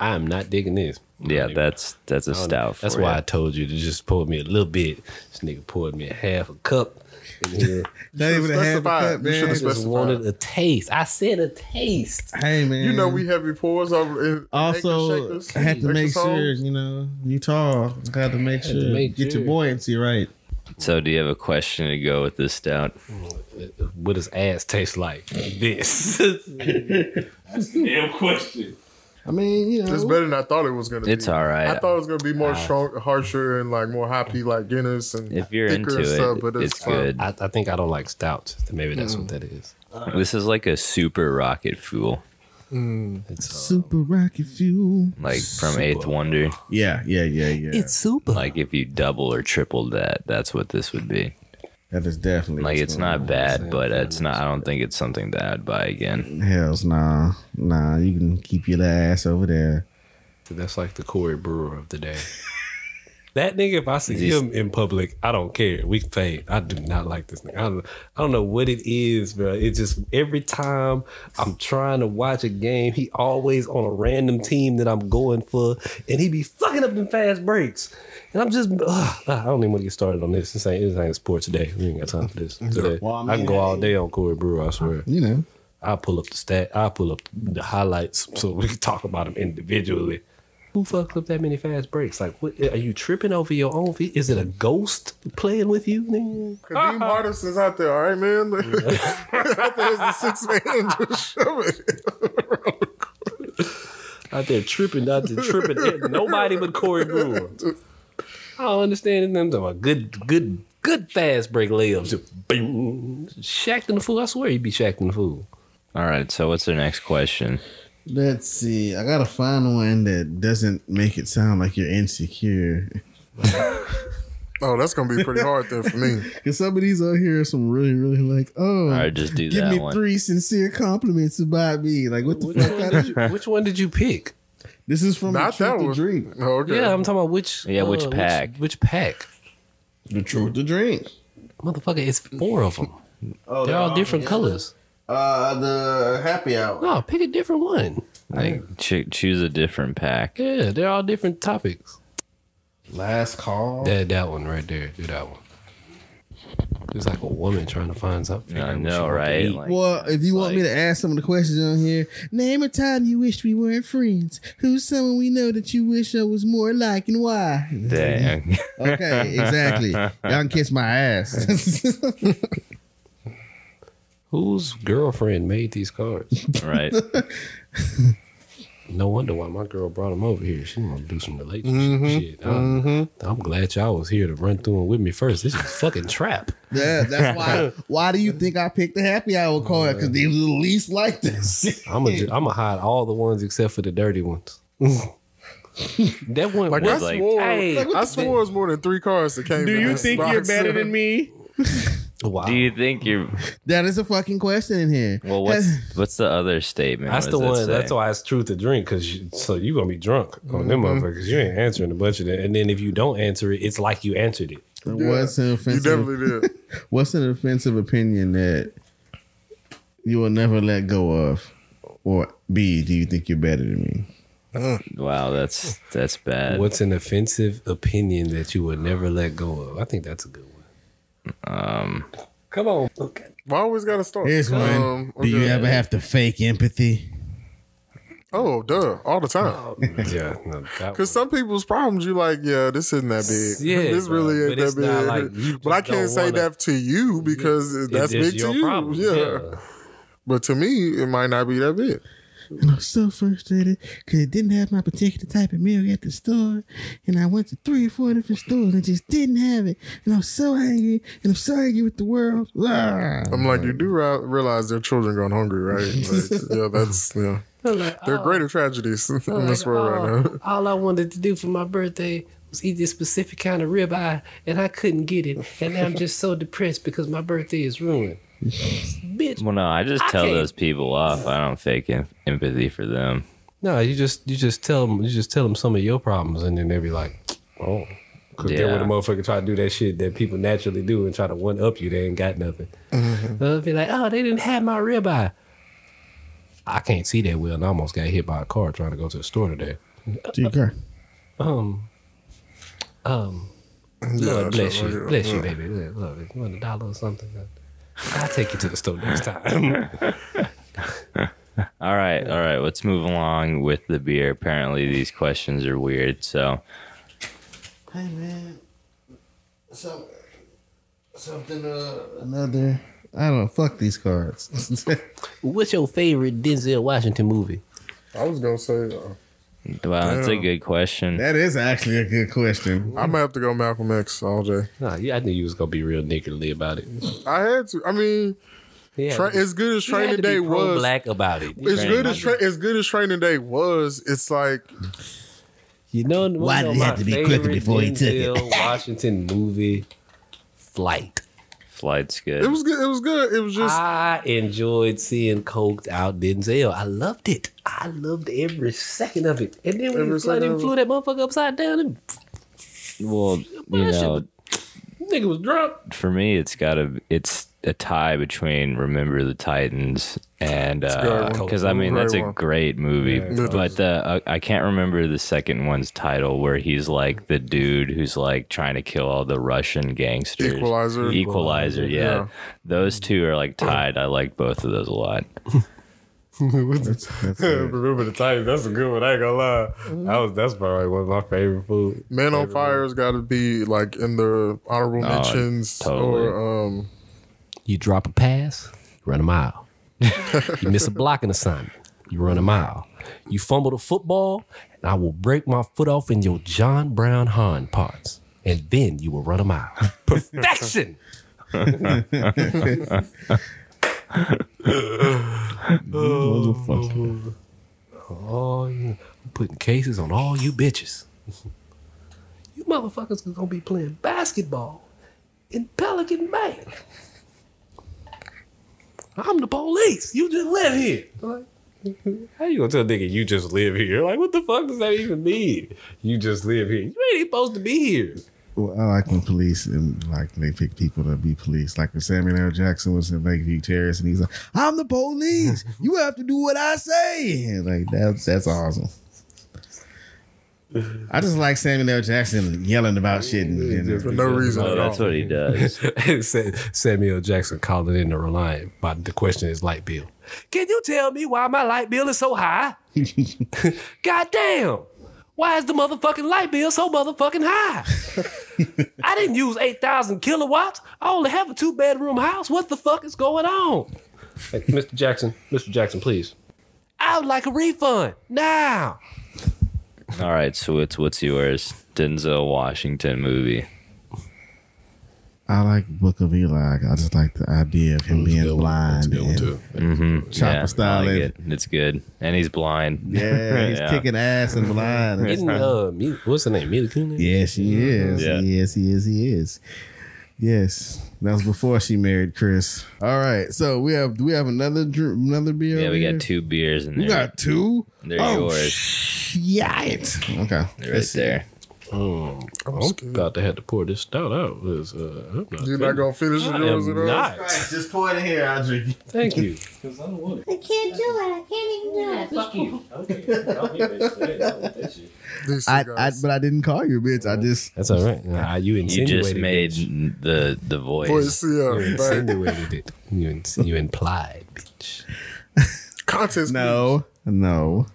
I'm not digging this. yeah, that's that's a stout. That's for why you. I told you to just pour me a little bit. This nigga poured me a half a cup. And he Not even a half a Specify. cup, You should've man. specified. just wanted a taste. I said a taste. Hey, man. You know we heavy pours over. in- in Mm. also Acres, Shakers, had to make Acres Home. sure you know you tall. Had to make to sure make get sure. your buoyancy right. So, do you have a question to go with this stout? What does ass taste like? This. I mean, you know, It's better than I thought it was gonna. It's be. all right. I thought it was gonna be more strong, harsher, and like more hoppy, like Guinness and if you're thicker into and it, stuff. But it's, it's, fine. good. I, I think I don't like stouts. Maybe that's Mm. what that is. This is like a super rocket fuel, It's, uh, super rocket fuel. like from Eighth Wonder. Yeah, yeah, yeah, yeah. super. Like if you double or tripled that, that's what this would be. that is definitely Like what's it's going not bad, but it's not. I don't think it's something that I'd buy again. on. Hell's nah, nah. You can keep your little ass over there. That's like the Corey Brewer of the day. *laughs* that nigga, if I see him in public, I don't care. We can fade. I do not like this nigga. I don't, I don't know what it is, bro. It's just every time I'm trying to watch a game, he always on a random team that I'm going for, and he be fucking up in fast breaks. And I'm just, ugh, I don't even want to get started on this. This ain't, this ain't sports today. We ain't got time for this. Today. Well, I I can mean, go all day on Corey Brewer, I swear. You know, I'll pull up the stat. I'll pull up the highlights so we can talk about them individually. Who fucks up that many fast breaks? Like, what, are you tripping over your own feet? Is it a ghost playing with you? nigga? Kadeem Hardis is out there, all right, man. *laughs* Like, out there is the six man *laughs* just shoving. Out there tripping, out there tripping. Nobody but Corey Brewer. I don't understand them. Talking about good, good, good fast break layups. Just boom. Shaq in the fool. I swear he'd be Shaq in the fool. All right. So, what's the next question? let's see. I gotta find one that doesn't make it sound like you're insecure. *laughs* Oh, that's gonna be pretty hard there *laughs* for me. Cause some of these out here are some really, really like, oh, All right, just do give that me one. three sincere compliments about me. Like, what the Which fuck? one, kinda- did you, which one did you pick? this is from Not the that Truth one. to Drink. *laughs* Oh, okay. Yeah, I'm talking about which. uh, Yeah, which pack? Oh, Which, pack? The Truth to Drink. Motherfucker, it's four of them. Oh, They're all different colors. Uh, the happy hour. No, pick a different one. Like cho- choose a different pack. Yeah, they're all different topics. Last Oh. call. That that one right there. Do that one. It's like a woman trying to find something. I know, right? Like, Well, if you want me to ask some of the questions on here, name a time you wished we weren't friends. Who's someone we know that you wish I was more like, and why? dang. *laughs* Okay, exactly. Y'all can kiss my ass. *laughs* Whose girlfriend made these cards? *laughs* right. No wonder why my girl brought them over here. She want to do some relationship shit. I'm, I'm glad y'all was here to run through them with me first. This is fucking trap. yeah, that's why. Why do you think I picked the happy hour card? Because they were the least like *laughs* this. I'm gonna I'm gonna hide all the ones except for the dirty ones. that one Like, I was like, swore, hey, I swore it was more than three cars that came. in this box. me? wow. Do you think you're? That is a fucking question in here. Well, what's *laughs* what's the other statement? That's What the does it one. say? That's why it's truth to drink. Cause you, so you gonna be drunk on them Mm-hmm. motherfuckers. You ain't answering a bunch of that. And then if you don't answer it, it's like you answered it. *laughs* what's an *laughs* You offensive? definitely did. What's an offensive opinion that you will never let go of? Or B, do you think you're better than me? Wow, that's that's bad. What's an offensive opinion that you would never let go of? I think that's a good one. Um, Come *laughs* on. Okay. Why always got to start? Here's one. Um, Do you okay. ever have to fake empathy? Oh, duh, all the Oh. time. yeah. No, that Because some people's problems, you like, yeah, this isn't that *laughs* big. Yeah, this bro, really ain't but it's that big. not like you but I just don't can't say wanna- that to you because one- that's it's big your to you. problem. Yeah. but to me, it might not be that big. And I'm so frustrated because it didn't have my particular type of milk at the store. And I went to three or four different stores and just didn't have it. And I'm so angry. And I'm so angry with the world. Ah. I'm like, you do ri- realize their children going hungry, right? *laughs* Like, yeah, that's yeah. There are greater tragedies *laughs* in this world right now. All I wanted to do for my birthday was eat this specific kind of ribeye, and I couldn't get it. And now I'm just so depressed because my birthday is ruined. Bitch. well, no, I just I tell can't- those people off. I don't fake em- empathy for them. No, you just you just tell them you just tell them some of your problems, and then they be like, oh. Cause yeah. Yeah. when a motherfucker try to do that shit that people naturally do and try to one up you, they ain't got nothing. Mm-hmm. They'll be like, oh, they didn't have my ribeye. I can't see that well, and I almost got hit by a car trying to go to the store today. Do you care? Um, um, Yeah, Lord bless something you, like that. bless you, baby. Look, look, if you want a dollar or something? I'll take you to the store *laughs* next time. All right, all right. Let's move along with the beer. Apparently, these questions are weird. So, Hey, man. Some, something, uh, another. I don't know. Fuck these cards. *laughs* What's your favorite Denzel Washington movie? *laughs* I was gonna say, uh, wow, that's a Damn. good question. that is actually a good question. I'm gonna have to go Malcolm X all day. Nah, yeah, I knew you was gonna be real niggardly about it. I had to. I mean, Yeah, tra- as good as Training Day was, black about it. as Training good as tra- as good as Training Day was, it's like You know Why did it have to be Clifford before he took it? *laughs* Washington movie, Flight. Flight's good. it was good. It was good. It was just I enjoyed seeing coked out Denzel. I loved it. I loved every second of it. And then when Every he flew, second him, of it. flew that motherfucker upside down, and well, you Well, that shit know, was- nigga was drunk. for me, it's got a it's a tie between Remember the Titans and great one. because I mean Great that's a one. great movie, Yeah. but the uh, I can't remember the second one's title where he's like the dude who's like trying to kill all the Russian gangsters. Equalizer. Equalizer, yeah. Yeah. Those two are like tied. I like both of those a lot. That's, that's good. Remember the Titans? That's a good one. I ain't gonna lie. That was that's probably one of my favorite food. Man on Fire's got to be like in the honorable Oh, mentions totally. or um You drop a pass, run *laughs* a mile. you miss a blocking assignment, you run a mile. You fumble the football, and I will break my foot off in your John Brown Hahn parts. And then you will run a mile. Perfection! Oh, yeah. I'm putting cases on all you bitches. *laughs* you motherfuckers is gonna be playing basketball in Pelican Bay. I'm the police. You just live here. Like, *laughs* How you gonna tell a nigga you just live here? Like, what the fuck does that even mean? You just live here. You ain't supposed to be here. Well, I like when police and like they pick people to be police. Like when Samuel L. Jackson was in Lakeview Terrace, and he's like, "I'm the police. You have to do what I say." And, like that's that's awesome. I just like Samuel L. Jackson yelling about shit. And, and- For no reason Oh, at that's all. what he does. *laughs* *laughs* Said Samuel Jackson calling in the Reliant, but the question is light bill. Can you tell me why my light bill is so high? *laughs* Goddamn! Why is the motherfucking light bill so motherfucking high? *laughs* I didn't use eight thousand kilowatts. I only have a two bedroom house. What the fuck is going on? Like, Mr. Jackson, Mr. Jackson, please. I would like a refund now. All right, so it's what's yours? Denzel Washington movie. I like Book of Eli. I just like the idea of him being blind. and- Chopper Mm-hmm. yeah, style I like is- it. It's good, and he's blind. *laughs* Yeah, he's Yeah. kicking ass and blind. Isn't, uh, Mila- what's her name? Mila Kunis? Yes, he is. Yeah. Yes, he is. He is. Yes, that was before she married Chris. All right, so we have do we have another dr- another beer? Yeah, over we here? got two beers in We there. got two. They're oh, yours. Shit. Okay, They're right there. Mm, I'm about to have to pour this stout out. 'cause, uh, I'm not You're not gonna finish I yours am at all? not. just pour it in here, Audrey. Thank you. I can't do it. I can't even do it. These I, I, guys. but I didn't call you, bitch. I just That's all right. Nah, you You insinuated just made It. n- the the voice. Voice, You yeah. Like, insinuated it. You, ins- you implied, bitch. contest. no, no.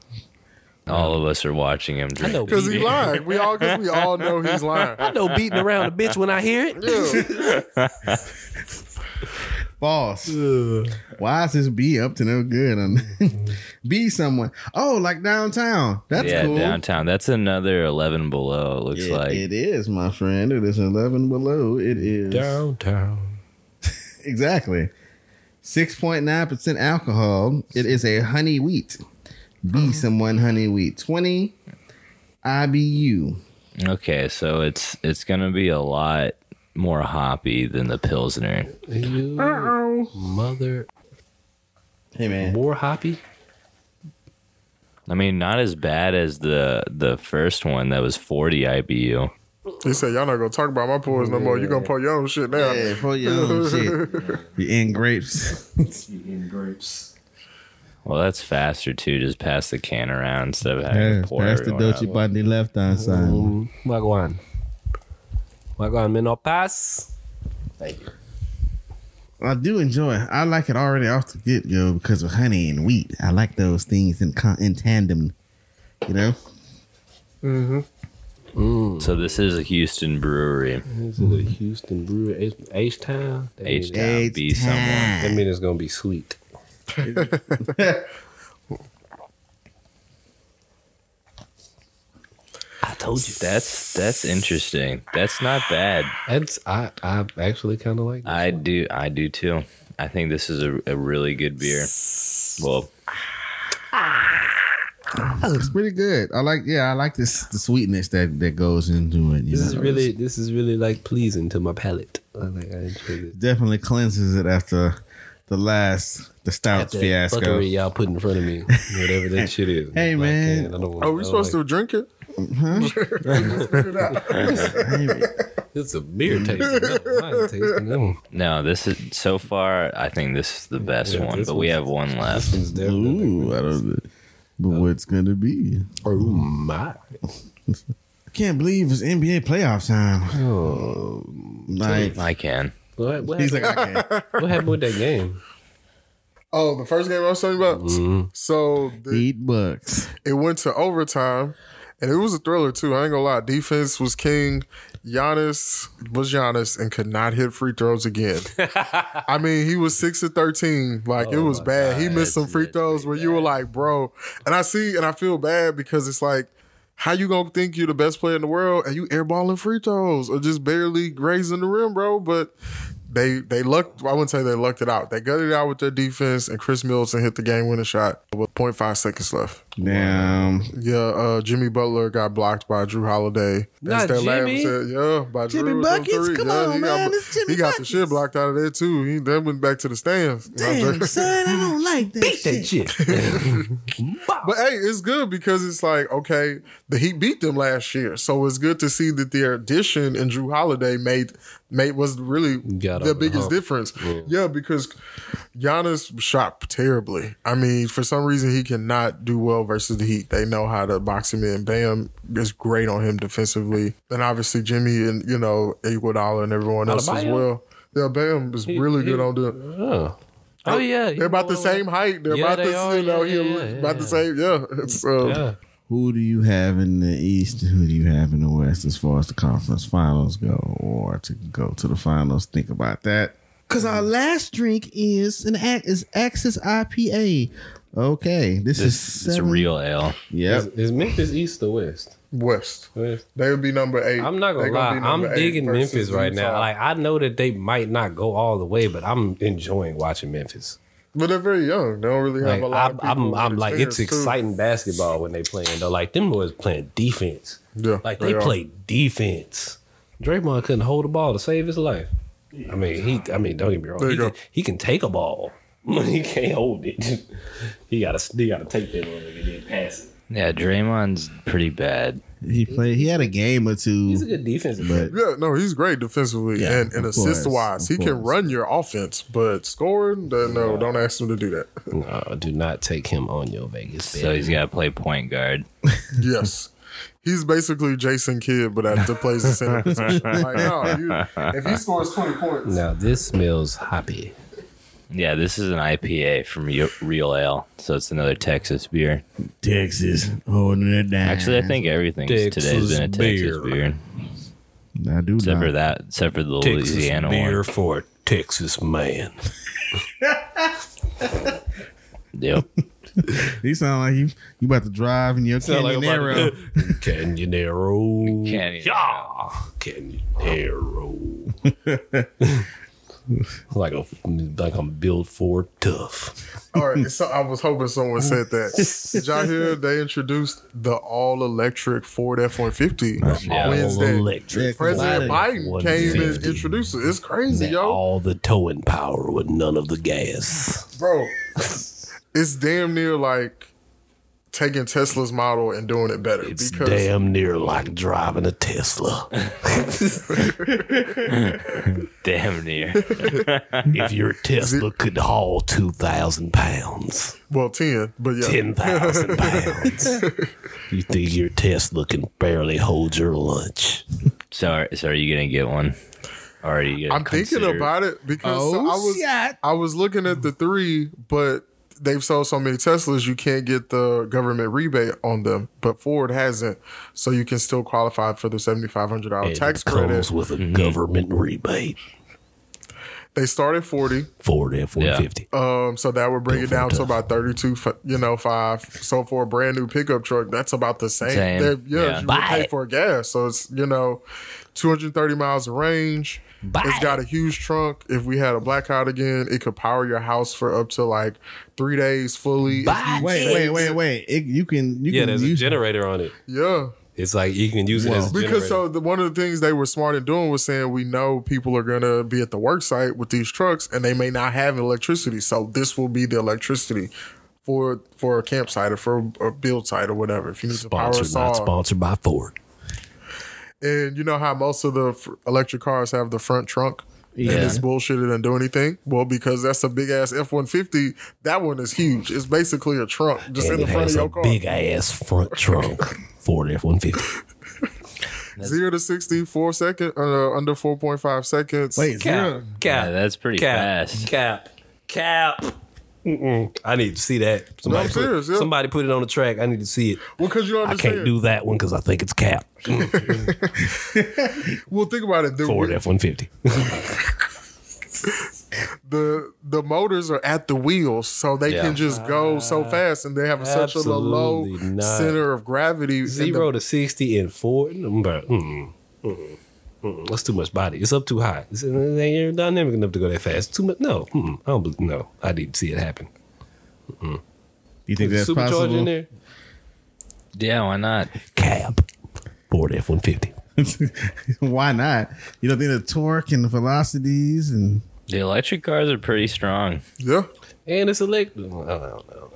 All of us are watching him drink. know. Because he lying. We all, cause we all know he's lying. I know beating around a bitch when I hear it. Yeah. False. Why is this B up to no good? *laughs* On B someone. Oh, like downtown. That's yeah, cool. downtown. That's another eleven below. It looks It- like it is, my friend. It is eleven below. It is Downtown. exactly six point nine percent alcohol. It is a honey wheat. Uh-huh. Be someone honey wheat twenty IBU. okay. So it's it's gonna be a lot more hoppy than the pilsner. You mother. Hey man, More hoppy? I mean, not as bad as the the first one that was forty IBU. He said, Y'all not gonna talk about my pores no more. you gonna pull your own shit now. hey, pull your *laughs* own shit. You in grapes. Well, that's faster too. Just pass the can around instead of having Yeah, to pour That's the everyone Dolce out. Bunny left hand side. Mm, Wagwan. Wagwan menopas. I do enjoy. it. I like it already off the get go because of honey and wheat. I like those things in con- in tandem. You know. So this is a Houston brewery. This is a Houston brewery. H Town. That means- H-Town. Yeah, be someone. time. that means it's going to be sweet. I told you. That's that's interesting. That's not bad. That's I I actually kind of like. That. I do I do too. I think this is a, a really good beer. Well, It's pretty good. I like, yeah, I like this the sweetness that that goes into it. You This is know? really this is really like pleasing to my palate. I like I enjoy this. It definitely cleanses it after the last the stout That fiasco. fuckery y'all put in front of me, whatever that shit is. Hey, Like, man. I don't, Are Oh, we supposed to drink it? *laughs* to? It's a beer tasting. no, wine tasting. No, no, this is so far. I think this is the best Yeah, one, this but we have one left. it's definitely. Ooh, I don't. know. But what's gonna be? Oh my! I can't believe it's NBA playoff time. Oh, Like I can. what, what, he's like, happened, I *laughs* can't. what happened with that game? Oh, the first game I was talking about. So the, Eat bucks. it went to overtime, and it was a thriller too. I ain't gonna lie. Defense was king. Giannis was Giannis and could not hit free throws again. I mean, he was six of thirteen. Like it was bad. he missed some free throws where you were like, bro. And I see, and I feel bad because it's like. How you gonna think you're the best player in the world and you airballing free throws or just barely grazing the rim, bro? But they they lucked. I wouldn't say they lucked it out. They gutted it out with their defense, and Chris Middleton hit the game winning shot with 0.5 seconds left. Damn. Yeah, uh, Jimmy Butler got blocked by Drew Holiday. Not Jimmy. last- yeah, by Jimmy Drew. them Buckets? three. Come yeah, on, he man, Got, it's Jimmy he got the shit Buckets. blocked out of there too. He then went back to the stands. Damn, son, I don't like like that Beat that shit. Wow. But hey, it's good because it's like, okay, the Heat beat them last year. So it's good to see that their addition and Drew Holiday made made was really Got over the the biggest hump. difference. Yeah. because Giannis shot terribly. I mean, for some reason he cannot do well versus the Heat. They know how to box him in. Bam is great on him defensively. And obviously Jimmy and you know, Iguodala and everyone else as Adebayo? well. Yeah, Bam is really good on doing Oh. Oh, yeah. they're about the same height. They're Yeah, about they this, are. you know, Yeah, he- yeah, yeah, about the same. Yeah, *laughs* it's uh, Yeah. Who do you have in the East? Who do you have in the West as far as the conference finals go, or to go to the finals? Think about that. Cause our last drink is an ac- is Axis IPA. Okay, this, is This it's a seven- real L. Yep, Is, is Memphis East or West? West. West. They would be number eight. I'm not They gonna lie. be I'm number eight digging versus Memphis right now. Utah. Like I know that they might not go all the way, but I'm enjoying watching Memphis. but they're very young. They don't really have Like a lot. I'm, of people I'm, with I'm like it's experience, too. exciting basketball when they playing though. Like them boys playing defense. Yeah, Like they are. play defense. Draymond couldn't hold a ball to save his life. I mean, he. I mean, don't get me wrong. There He you can, go. he can take a ball, *laughs* but he can't hold it. *laughs* he gotta. He gotta take that one and then pass it. Yeah, Draymond's pretty bad. he played. He had a game or He's a two, good defensive. but Yeah, no, he's great defensively Yeah, and, and of course, assist wise. of He can course. run your offense, but scoring, then, no, don't ask him to do *laughs* that. No, do not take him on your Vegas bet. So he's got to play point guard. Yes. He's basically Jason Kidd, but after plays the center position. *laughs* Like, no, you, if he scores 20 points, now this smells hoppy. Yeah, this is an IPA from Yo- Real Ale, so it's another Texas beer. Texas holding it down. Actually, I think everything today's been a Texas Texas beer. beer, I do except not. for that, except for the Louisiana beer one. for a Texas man. *laughs* Yep. You sound like you you about to drive in your Sound like I'm about Camionero. *laughs* Canyonero. Canyonero. Yeah. Canyonero. *laughs* like a like I'm built for tough. All right, so I was hoping someone said *laughs* that. Did y'all hear they introduced the all electric Ford F one fifty All Wednesday? electric. President Why Biden Ford came and 150. introduced it. It's crazy, That yo, All the towing power with none of the gas. *laughs* bro. It's damn near like taking Tesla's model and doing it better It's because damn near like driving a Tesla. Damn near. *laughs* if your Tesla could haul two thousand pounds. well ten, but yeah, ten *laughs* thousand pounds. you think your Tesla can barely hold your lunch? So, are, so are you gonna get one? Or are you? Gonna I'm thinking consider- about it because Oh, so I was shit. I was looking at the three, but they've sold so many Teslas you can't get the government rebate on them. But Ford hasn't, so you can still qualify for the seventy five hundred dollar And tax it comes credit. with a government rebate. They start at forty, Ford F one fifty. um, so that would bring it for down to tough. about thirty two, you know, five. So for a brand new pickup truck, that's about the same. Same. They're- Yeah, Yeah. you would Buy pay it. for gas, so it's you know, two hundred thirty miles of range. Buy It's got a huge trunk. If we had a blackout again, it could power your house for up to like three days fully. Buy Wait, wait, wait, wait. It, you can you Yeah, can there's a use generator on it. Yeah. It's like you can use it as a generator. Because so the, one of the things they were smart in doing was saying we know people are gonna be at the work site with these trucks and they may not have electricity, so this will be the electricity for for a campsite or for a build site or whatever. If you need to power sponsored, us not on, sponsored by Ford. and you know how most of the f- electric cars have the front trunk. And it's bullshit. It doesn't do anything. Well, because that's a big ass F one fifty. That one is huge. It's basically a trunk just in the And it front of has a your car. big ass front trunk. Ford F one fifty. Zero to sixty four second uh, under four point five seconds. wait zero. Yeah, that's pretty fast. Cap. Cap. Mm-mm. I need to see that. Somebody, put, serious, yeah. somebody put it on the track. I need to see it. Well, because you don't I understand. can't do that one because I think it's cap. Well, think about it. Ford The, F *laughs* one fifty. the the motors are at the wheels, so they Yeah. can just go so Uh, fast, and they have such a low absolutely not. center of gravity. and Zero to sixty in four. Mm, bruh. Mm-mm. Mm-mm. Mm-mm. That's too much body. It's up too high. It's, it ain't air dynamic enough to go that fast. Too much. No, Mm-mm. I don't. believe- No, I need to see it happen. You think that's Supercharger in possible? there. Yeah, why not? Cap. Ford F one fifty. *laughs* Why not? You don't think the torque and the velocities and The electric cars are pretty strong. the, yeah, and it's electric. I don't know. I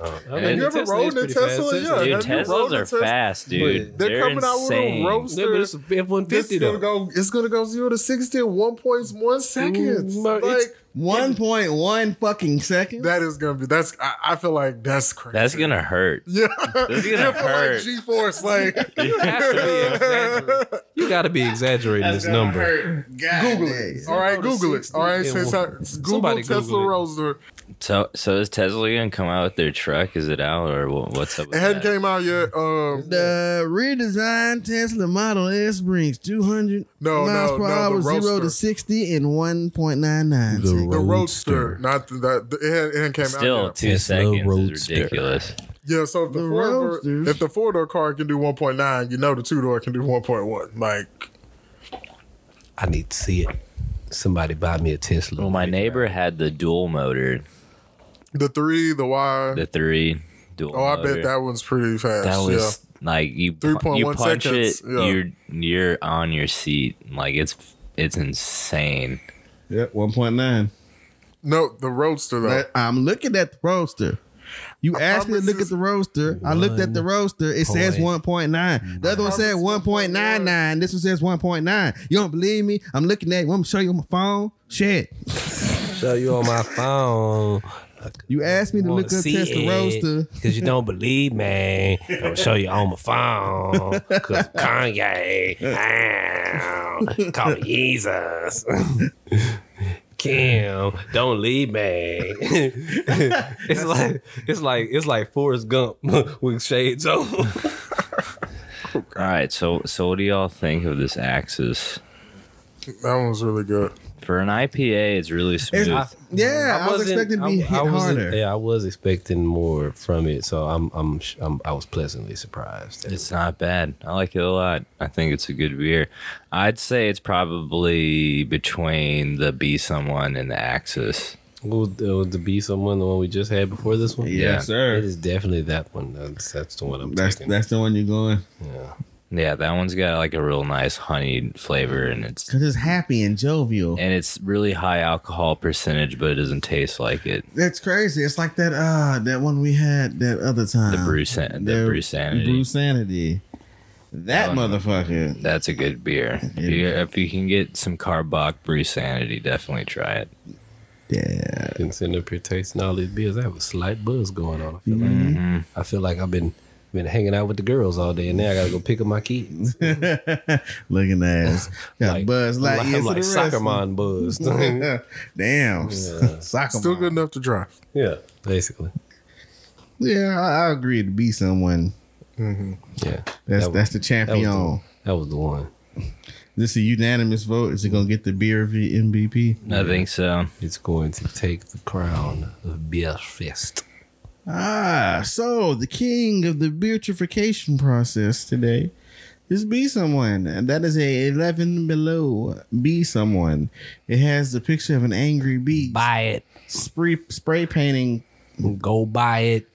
don't know. I Have you ever Tesla rode is in a pretty fast. Tesla? Tesla's Yeah, pretty Dude, have you rode Teslas the are Tesla? fast, dude. They're, They're, coming out with insane. a Yeah, roadster. but it's F one This fifty is though. gonna go. It's gonna go zero to sixty in one point one seconds. Mm, but it's- like One point one fucking seconds. that is gonna be. That's. I, I feel like that's crazy. That's gonna hurt. yeah. That's I gonna feel like hurt. G force. *laughs* Like you have to be exaggerating. You got to be exaggerating this number. Google it. *laughs* all right, Google it. All right, Yeah, since well, I, Google somebody Google Tesla it. roadster. So, so is Tesla gonna come out with their truck? Is it out or wha- what's up? With It hadn't that? came out yet. Um, The redesigned Tesla Model S brings 200 No, miles no, per no, hour, the zero Roadster. to 60 in 1.99 The seconds. the Roadster. roadster, not the, that. It hadn't, it hadn't came out Still yet. two Tesla seconds is Roadster. ridiculous. Yeah, so if the, The four Roadsters. door, if the four door car can do one point nine, you know the two door can do one point one. Like I need to see it. Somebody buy me a Tesla. Well, my neighbor had the dual motor, the three, the Y. the three dual. oh, I motor. bet that one's pretty fast. That was like you pu- you 3.1 punch seconds, it, yeah. you're you're on your seat. Like it's it's insane. Yep, 1.9. yeah. No, the roadster though. But I'm looking at the roadster. You asked me to promise look at it's- the roadster. I looked at the roadster. It says point 1.9. The other one I said promise it's 1.99. This one says 1.9. You don't believe me? I'm looking at it. I'm show you on my phone. Shit. Show you on my phone. You asked me to look up Tesla Roadster. because you don't believe *laughs* me. I'm gonna show you on my phone because Kanye, ah, call me Jesus. *laughs* Kim, don't leave me. *laughs* it's like it's like it's like Forrest Gump *laughs* with shades on. All right, so so what do y'all think of this axis? That one was really good. For an IPA, it's really smooth. It's- yeah, *laughs* I, was wasn't- expecting to be I- hit I wasn't- harder. Yeah, I was expecting more from it, so I'm I'm, sh- I'm I was pleasantly surprised. It's not bad. I like it a lot. I think it's a good beer. I'd say it's probably between the Be Someone and the Axis. Would, uh, would the be someone the one we just had before this one? Yeah. It sir. is definitely that one. That's that's the one I'm That's taking. that's the one you're going yeah. Yeah, that one's got like a real nice honeyed flavor, and it's because it's happy and jovial. and it's really high alcohol percentage, but it doesn't taste like it. That's crazy. It's like that uh that one we had that other time. The brew san- the brew sanity. Brew sanity. That Oh, no. motherfucker. That's a good beer. If you, if you can get some Carbach Brew Sanity, definitely try it. Yeah. Been sitting up here tasting all these beers. I have a slight buzz going on. I feel Mm-hmm. like I feel like I've been been hanging out with the girls all day, and now I gotta go pick up my *laughs* kids. Looking ass. Got *laughs* Like- Buzz Lightyear I'm like, to I'm the like rest. soccer mom buzzed. *laughs* *laughs* Damn. Yeah. Soccer Still mom. good enough to drive. yeah, basically. Yeah, I, I agree to be someone. Yeah, That's That that's the was- that was, the, champion. that was the one. This is a unanimous vote. Is it gonna get the beer v MVP? I think so. It's going to take the crown of beer fest. Ah, so the king of the beatification process today is Be Someone. And that is a 11 below Be Someone. It has the picture of an angry bee Buy spray, spray painting, it. Go buy it.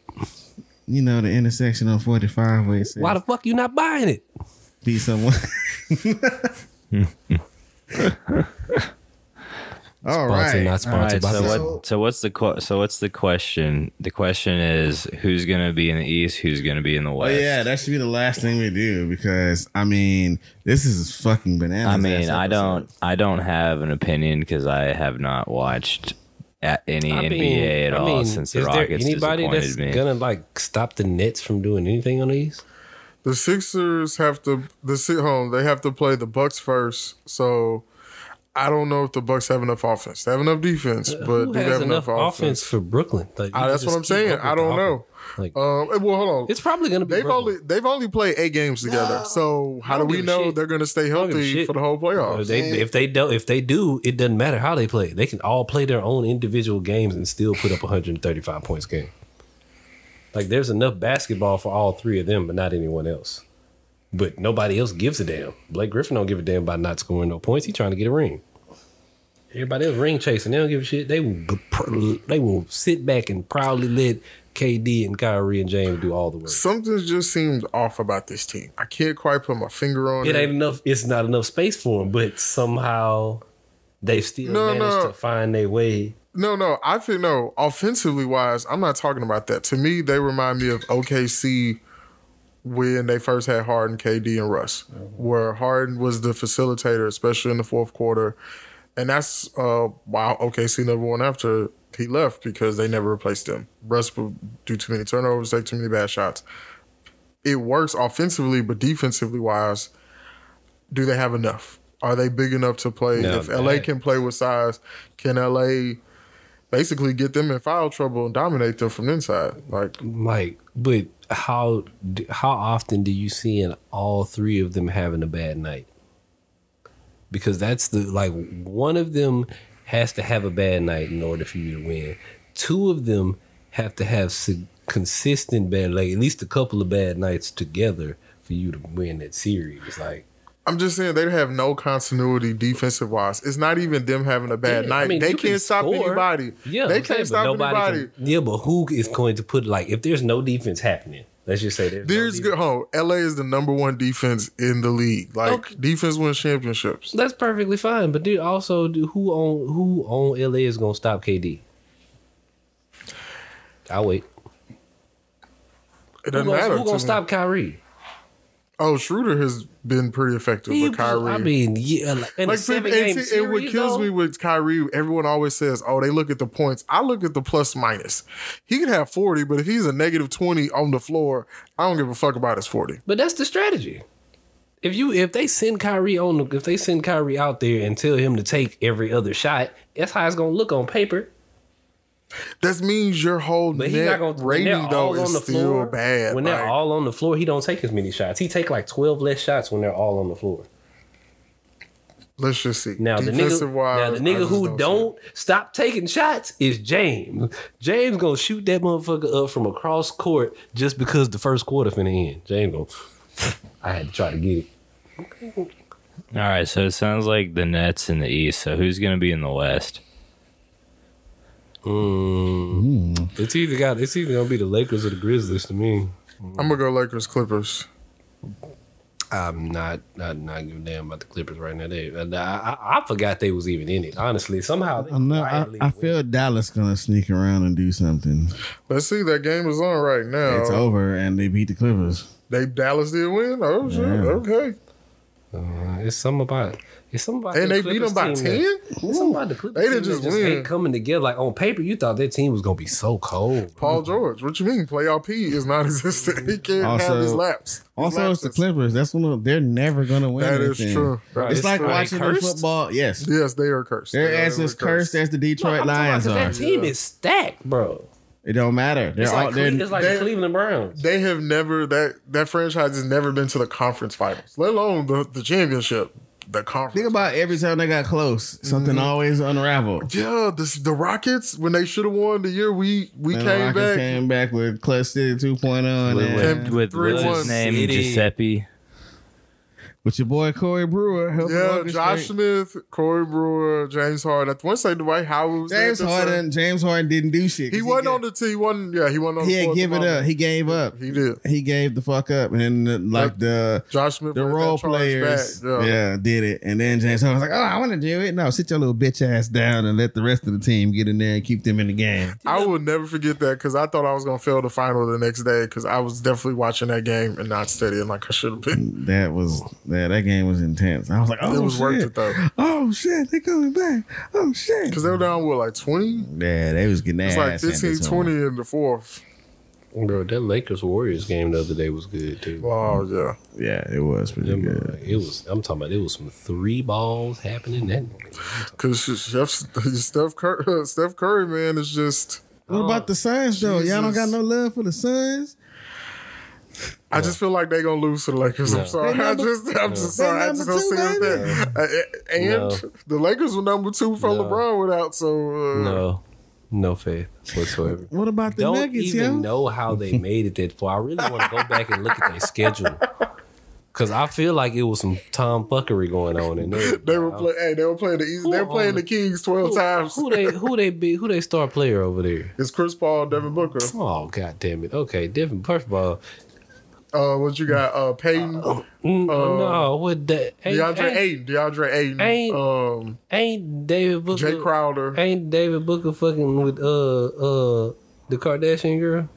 you know, the intersection on 45 where it says Why the fuck you not buying it? Be Someone. *laughs* All Sponsored, right. not sponsored All by right, so, Pepsi. what, so what's the que- so what's the question? The question is who's gonna be in the east, who's gonna be in the Oh west. yeah, that should be the last thing we do because I mean this is fucking bananas. I ass mean, I episode. don't I don't have an opinion because I have not watched at any I NBA mean- at I all mean, since the is there Rockets anybody disappointed that's me. gonna like stop the Nets from doing anything on these? The Sixers have to the sit home. They have to play the Bucks first. So I don't know if the Bucks have enough offense. They have enough defense, but Uh, Who do they has have enough offense for Brooklyn? Like, you Ah, can that's just what I'm keep saying. up with I the don't know. offense. Like, Um, well, hold on. it's probably gonna be. They've Brooklyn. only they've only played eight games together. So how do don't we give a know shit. they're going to stay don't give a healthy shit. for the whole Or playoffs? they- if they don't, if they do, it doesn't matter how they play. They can all play their own individual games and still put up 135 points a game. Like there's enough basketball for all three of them, but not anyone else. But nobody else gives a damn. Blake Griffin don't give a damn about not scoring no points. He's trying to get a ring. Everybody else ring chasing. They don't give a shit. They will. b- pr- They will sit back and proudly let KD and Kyrie and James do all the work. Something just seems off about this team. I can't quite put my finger on it. It ain't enough. It's not enough space for them. But somehow they've still No, managed no. to find their way No, no. I feel no. Offensively wise, I'm not talking about that. To me, they remind me of OKC when they first had Harden, KD, and Russ, where Harden was the facilitator, especially in the fourth quarter. And that's uh, why OKC never won after he left because they never replaced him. Russ would do too many turnovers, take too many bad shots. It works offensively, but defensively wise, do they have enough? Are they big enough to play? No, if LA they- can play with size, can LA basically get them in foul trouble and dominate them from the inside? Like, Mike, but how d- how often do you see in all three of them having a bad night? Because that's the like one of them has to have a bad night in order for you to win. Two of them have to have sig- consistent bad, like at least a couple of bad nights together for you to win that series. Like I'm just saying they have no continuity defensive wise. It's not even them having a bad Yeah, night. I mean, they you can't can stop score. anybody. Yeah, they I'm saying, can't but stop anybody. Can, yeah, but who is going to put like if there's no defense happening? Let's just say there's, no There's defense. good home. LA is the number one defense in the league. Like Okay. defense wins championships. That's perfectly fine, but dude, also dude, who on who on LA is gonna stop KD? I wait. It Who doesn't gonna, matter. who to gonna me. stop Kyrie? Oh, Schroeder has been pretty effective, He- but Kyrie. I mean, yeah, like, in like a seven and game see, series, and what kills though, me with Kyrie, everyone always says, "Oh, they look at the points." I look at the plus minus. He could have forty, but if he's a negative twenty on the floor, I don't give a fuck about his forty. But that's the strategy. If you if they send Kyrie on the- if they send Kyrie out there and tell him to take every other shot, that's how it's gonna look on paper. That means your whole But he's net not gonna when they're rating though all is on the still floor. bad. When Like, they're all on the floor, he don't take as many shots. He take like twelve less shots when they're all on the floor. let's just see. Now the nigga, Defensive-wise, now the I nigga just who see it. don't stop taking shots is James. James gonna shoot that motherfucker up from across court just because the first quarter finna end. James gonna, I had to try to get it. All right, so it sounds like the Nets in the East. So who's going to be in the West? Mm. It's either got it's either gonna be the Lakers or the Grizzlies to me. I'm gonna go Lakers Clippers. I'm not not not giving a damn about the Clippers right now. They, I, I, I forgot they was even in it. Honestly, somehow they I, know, I, quietly I win. feel Dallas gonna sneak around and do something. Let's see. That game is on right now. It's over, and they beat the Clippers. They Dallas did win. Oh shit. Yeah. Okay. Uh, it's something about it's something about And the they beat Clippers them by team that- ten. It's something about the Clippers. They done team that just just win. ain't coming together. Like on paper, you thought their team was gonna be so cold. Paul George. What you mean? Playoff P is *laughs* non-existent. He can't have Also- his laps. His Also, it's the lapses. Clippers. That's one of they're never gonna win. That is anything. true. Right. It's, like Right. watching the Cursed? football. Yes, Yes, they are cursed. their They are- ass they is were cursed as the Detroit I'm talking about Lions 'cause are. That team is stacked, bro. It don't matter. They're It's all like, Cle- they're, it's like they- the Cleveland Browns. They have never that that franchise has never been to the conference finals, let alone the, the championship. The conference. Think about every time they got close, Mm-hmm. something always unraveled. Yeah, this, the Rockets when they should have won the year we we And the came Rockets back. came back with Clutch City 2.0 and, With- uh, With Three what's one his name, City. Giuseppe. with your boy Corey Brewer. helping Yeah, orchestrate. Josh Smith, Corey Brewer, James Harden. I want to say Dwight Howard. Was there James at this time. Harden. James Harden didn't do shit. He wasn't on the team. He wasn't. Yeah, he wasn't on. He the had floor at the given moment. up. He gave up. He did. He gave the fuck up, and then, uh, like the Josh Smith. the brought that role charge players, back. Yeah. yeah. did it. And then James Harden was like, "Oh, I want to do it. No, sit your little bitch ass down and let the rest of the team get in there and keep them in the game." I will never forget that because I thought I was gonna fail the final the next day because I was definitely watching that game and not studying like I should have been. That was that. That game was intense. I was like, "Oh it was shit! worth it though Oh shit! They coming back! Oh shit!" because they were down what like twenty. Yeah, they was getting their It's like ass handed 15, to 'em. 20 in the fourth. Bro, that Lakers Warriors game the other day was good too. Wow, yeah. Yeah, it was pretty Them, good. uh, It was. I'm talking about. It was some three balls happening. That Because Steph, *laughs* Steph, Curry, *laughs* Steph Curry, man, is just. What about the Suns though? Y'all don't got Oh, Jesus. no love for the Suns. I just feel like they're gonna lose to the Lakers. I'm sorry. They number- I just, I'm just sorry. I number just don't two, see them there. Uh, And No. the Lakers were number two from No. LeBron without. So uh, no, no faith whatsoever. What about the Don't Nuggets, even yo? know *laughs* how they made it that far. I really want to go back and look at their schedule because I feel like it was some tomfuckery going on in there. they were bro. play, Hey, they were playing the East. Who They were playing on the the- Kings twelve times. Who *laughs* they? Who they? Be, who they star player over there? It's Chris Paul, Devin Booker. Oh god damn it! Okay, Devin. First of all, Uh, what you got? Uh, Peyton, Mm, Uh, no, with that ain't, DeAndre ain't, Ayton, DeAndre Ayton, ain't- um, ain't David Booker. Jay Crowder. Ain't David Booker fucking with uh uh the Kardashian girl?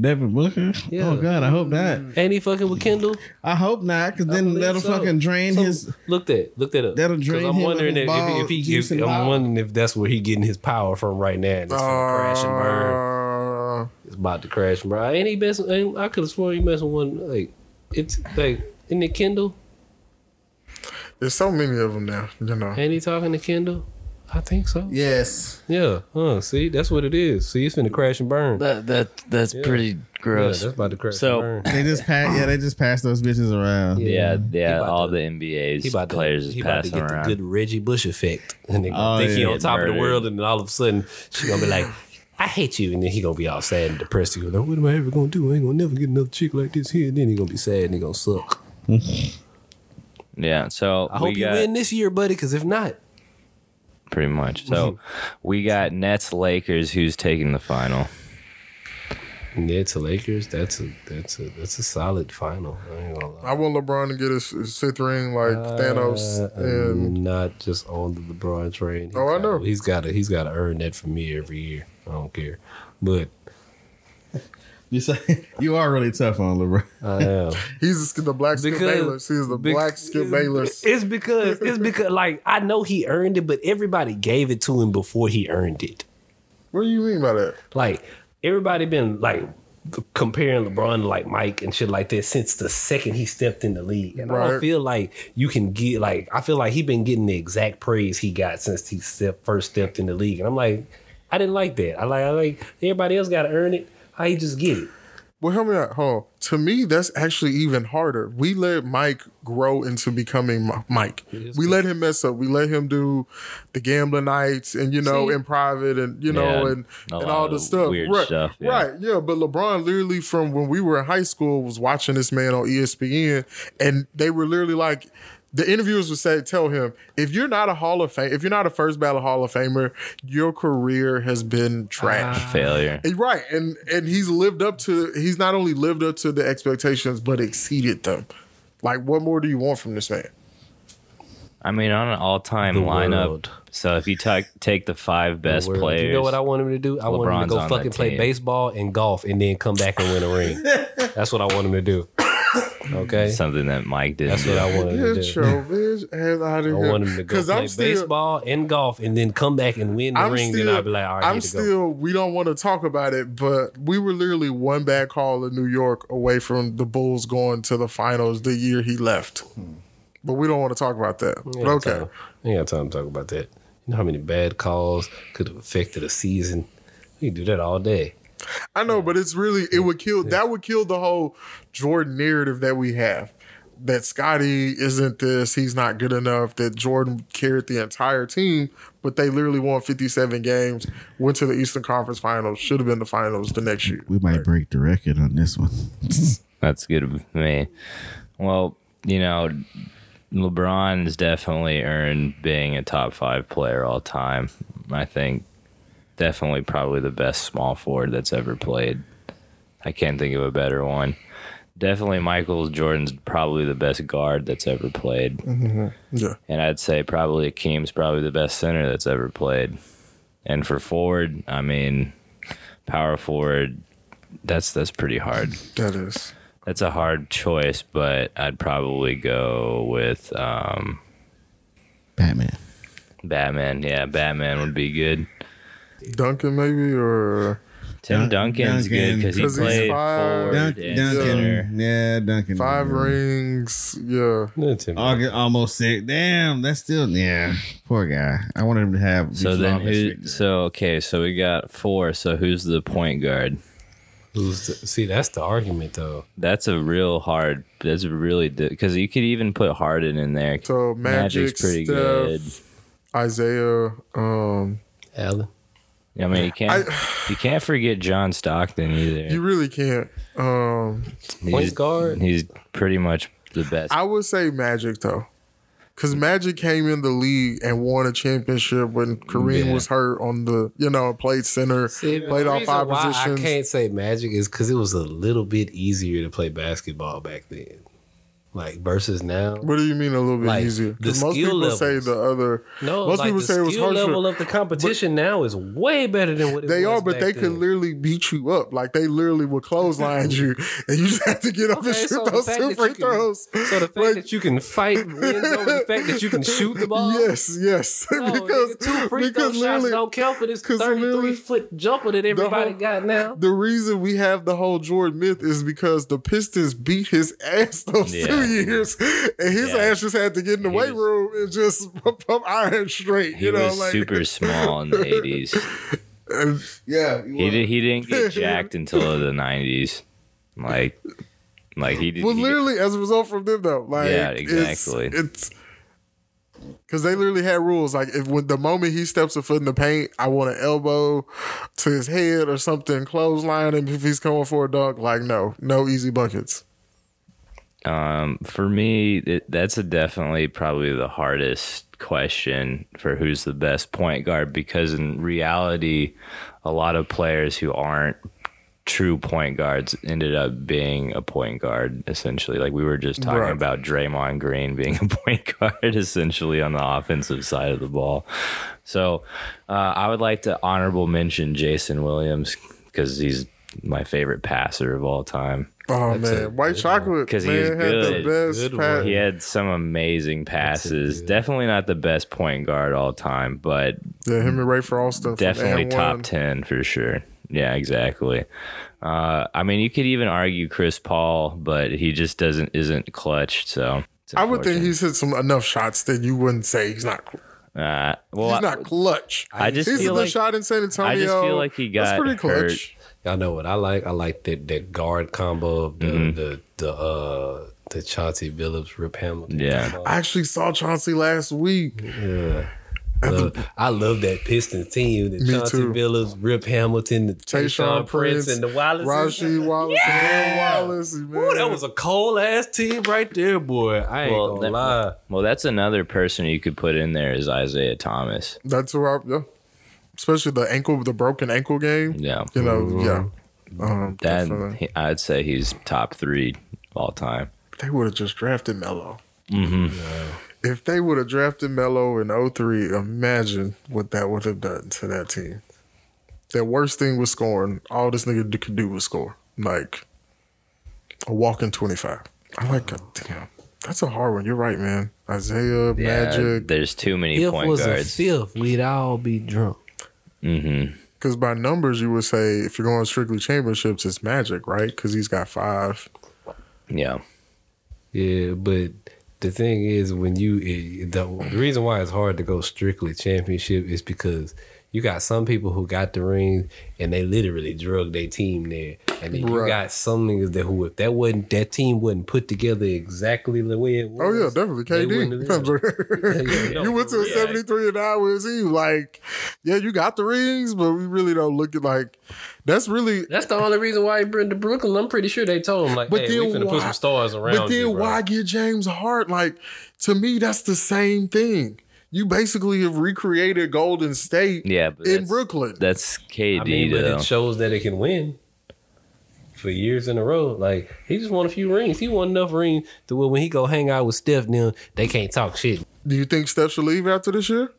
Devin Booker. Yeah. Oh God, I hope not. Ain't he fucking Mm. with Kendall? I hope not, because then believe that'll so. fucking drain So, *laughs* his. look that look that up. That'll 'Cause drain him I'm of wondering his if, ball if, if he juice if, and I'm power. wondering if that's where he getting his power from right now. And it's gonna crash and burn. Uh, It's about to crash, bro. Ain't he messing? Ain't, I could have sworn he messing one. Like it's like in the Kindle. there's so many of them now. You know, Ain't he talking to Kindle? I think so. Yes. Yeah. Huh. See, that's what it is. See, it's finna crash and burn. That that that's pretty Yeah, gross. that's about to crash. So- and burn. They just pass. Yeah, they just pass those bitches around. Yeah, yeah. about All to- the NBA's He about to, players is he about to passing get around. the good Reggie Bush effect, and they gonna Oh, think he yeah. on top of the Murdered. world, and then all of a sudden she gonna be like, "I hate you," and then he gonna be all sad and depressed. He gonna, like, "What am I ever gonna do? I ain't gonna never get another chick like this here." And then he gonna be sad and he gonna suck. yeah. So I we hope you got win this year, buddy, because if not, pretty much. So we got Nets Lakers. Who's taking the final? Nets to Lakers, that's a that's a that's a solid final. I ain't gonna lie. I want LeBron to get his, his sixth ring like Thanos. Uh, And I'm not just on the LeBron train. He's Oh, I gotta- know. He's got to he's got to earn that for me every year. I don't care, but You say you are really tough on LeBron. I am. he's the, the black Skip Because- Bayless. He's the Bec- black Skip Bayless. It's because it's because like I know he earned it, but everybody gave it to him before he earned it. What do you mean by that? Like everybody been like comparing LeBron to like Mike and shit like that since the second he stepped in the league. And I don't Right. feel like you can get like I feel like he been getting the exact praise he got since he step, first stepped in the league. And I'm like, I didn't like that. I like I like everybody else got to earn it. How you just get it? Well, help me out. Hold on. To me, that's actually even harder. We let Mike grow into becoming M- Mike. We let him mess up. We let him do the gambling nights and you know in private and you know Yeah, and a lot and all of the stuff. weird right, stuff, yeah. right, yeah. But LeBron literally from when we were in high school was watching this man on E ESPN, and they were literally like. The interviewers would say, tell him, if you're not a Hall of Fame, if you're not a first ballot Hall of Famer, your career has been trash. Ah. Uh, Failure. And Right, and and he's lived up to. He's not only lived up to the expectations, but exceeded them. Like, what more do you want from this man? I mean, on an all-time The lineup. world. So if you t- take the five best Where, players, You know what I want him to do? I want him to LeBron's go on fucking that play team. baseball and golf and then come back and win a *laughs* ring. That's what I want him to do. Okay. something that Mike did. That's do. what I want him to Get do. your bitch ass out of I here. want him to go 'Cause play I'm still, baseball and golf and then come back and win the I'm ring. still, then I'll be like, all right, I'm here to go. still. We don't want to talk about it, but we were literally one bad call in New York away from the Bulls going to the finals the year he left. But we don't want to talk about that. But Ain't got okay, time. Ain't got time to talk about that. You know how many bad calls could have affected a season? We can do that all day. I know, but it's really it would kill that would kill the whole Jordan narrative that we have. That Scotty isn't this, he's not good enough, that Jordan carried the entire team, but they literally won 57 games, went to the Eastern Conference Finals, should have been the finals the next year. We might break the record on this one. That's good with me. Well, you know, LeBron's definitely earned being a top five player all time. I think definitely probably the best small forward that's ever played. I can't think of a better one. Definitely Michael Jordan's probably the best guard that's ever played. Yeah. And I'd say probably Akeem's probably the best center that's ever played. And for forward, I mean, power forward, that's that's pretty hard. That is. That's a hard choice, but I'd probably go with um, Batman. Batman. Yeah, Batman would be good. Duncan maybe or Tim Dun- Duncan's good Duncan. because he 'Cause he's played five. forward Dunk, and center. Duncan. Yeah, Duncan. five Mm. rings. Yeah. That's him. August, almost six. Damn, that's still yeah. Poor guy. I wanted him to have. So then, flawless who? victory. So okay, so we got four. So who's the point guard? Who's the- See, that's the argument, though. That's a real hard. That's a really because you could even put Harden in there. So Magic, Magic's pretty Steph, good. Isaiah, um Alan. I mean, you *sighs* can't you can't forget John Stockton you either. really can't. Um He's, Point guard? He's pretty much the best. I would say Magic though. Because Magic came in the league and won a championship when Kareem Yeah. was hurt on the, you know, played center, See, played the all reason five why positions. I can't say Magic is because it was a little bit easier to play basketball back then, like versus now. What do you mean a little bit Like, easier? the 'Cause most skill people say levels. the other. No, most like people the say it was skill harsher. level of the competition now is way better than what it They was are, but back they then. could literally beat you up. Like they literally would clothesline *laughs* you, and you just had to get up and Okay, shoot so the those fact two that free you can- *laughs* throws. So the fact Like- that you can fight wins over the fact that you can shoot *laughs* the ball. Yes, yes, *laughs* No, because nigga, two free throw because shots literally don't count for this 'cause thirty-three literally foot jumper that everybody whole- got now. the reason we have the whole Jordan myth is because the Pistons beat his ass *laughs* those Yeah. two years, and his Yeah. ass just had to get in the He weight was- room and just *laughs* pump iron straight. He you know, was like *laughs* super small in the eighties. yeah, He did. He didn't get jacked until the nineties. Like, like he did. Well, he- literally, as a result from them, though. Like, Yeah, it's- exactly. It's because they literally had rules like if when the moment he steps a foot in the paint, I want an elbow to his head or something, clothesline him if he's coming for a dunk. Like, no, no easy buckets. Um, for me, it, that's a definitely probably the hardest question for who's the best point guard because in reality, a lot of players who aren't true point guards ended up being a point guard essentially. Like we were just talking Right. about Draymond Green being a *laughs* point guard essentially on the offensive side of the ball. So uh, I would like to honorable mention Jason Williams because he's my favorite passer of all time. Oh a man, white good chocolate 'Cause he was man had good. the best Good pass. one. He had some amazing passes. Definitely not the best point guard all time, but Yeah, him and Ray Frost. from definitely and top one. 10 for sure. Yeah, exactly. Uh, I mean, you could even argue Chris Paul, but he just doesn't isn't clutch. So it's I would think unfortunate. he's hit some enough shots that you wouldn't say he's not. cl- Uh, well, he's not clutch. I just he's feel the like- shot in San Antonio. I just feel like he got That's pretty hurt. clutch. Y'all know what I like. I like that that guard combo of the the the uh, the Chauncey Billups Rip Hamilton. Yeah. combo. I actually saw Chauncey last week. Love- I love that Pistons team. That Me Chauncey too. Billups, Rip Hamilton, the Tayshaun Tayshawn Prince, and the Wallace. Rasheed Wallace and Ben Wallace. Ooh, Man. that was a cold ass team right there, boy. I ain't Well, gonna that- lie. well, that's another person you could put in there is Isaiah Thomas. That's who I, yeah. Especially the ankle, the broken ankle game. Yeah, Mm-hmm. You know, yeah. Um, that definitely. he, I'd say he's top three all time. They would have just drafted Melo. hmm If they would have drafted Melo in 03, imagine what that would have done to that team. Their worst thing was scoring. All this nigga d- could do was score. Like a walking 25. I like, God damn. That's a hard one. You're right, man. Yeah, Isaiah, Magic, Uh, there's too many If point was a guards. fifth, we'd all be drunk. hmm Because by numbers, you would say if you're going strictly championships, it's Magic, right? Because he's got five. Yeah. Yeah, but the thing is, when you it, the, the reason why it's hard to go strictly championship is because you got some people who got the ring and they literally drug their team there, and then you Right. got some niggas that who if that wasn't that team wasn't put together exactly the way it was. Oh yeah, definitely They wouldn't have *laughs* KD. no, you went to a yeah. 73 and I was you like, yeah, you got the rings, but we really don't look at like that's really. That's the only reason why he bring to Brooklyn. I'm pretty sure they told him like, But "Hey, then we finna why- put some stars around." But you, then bro." why get James Hart? Like to me, that's the same thing. You basically have recreated Golden State Yeah. But in that's- Brooklyn. That's KD I mean, but though. it shows that it can win for years in a row. Like he just won a few rings. He won enough rings to where when he go hang out with Steph, now they can't talk shit. Do you think Steph should leave after this year?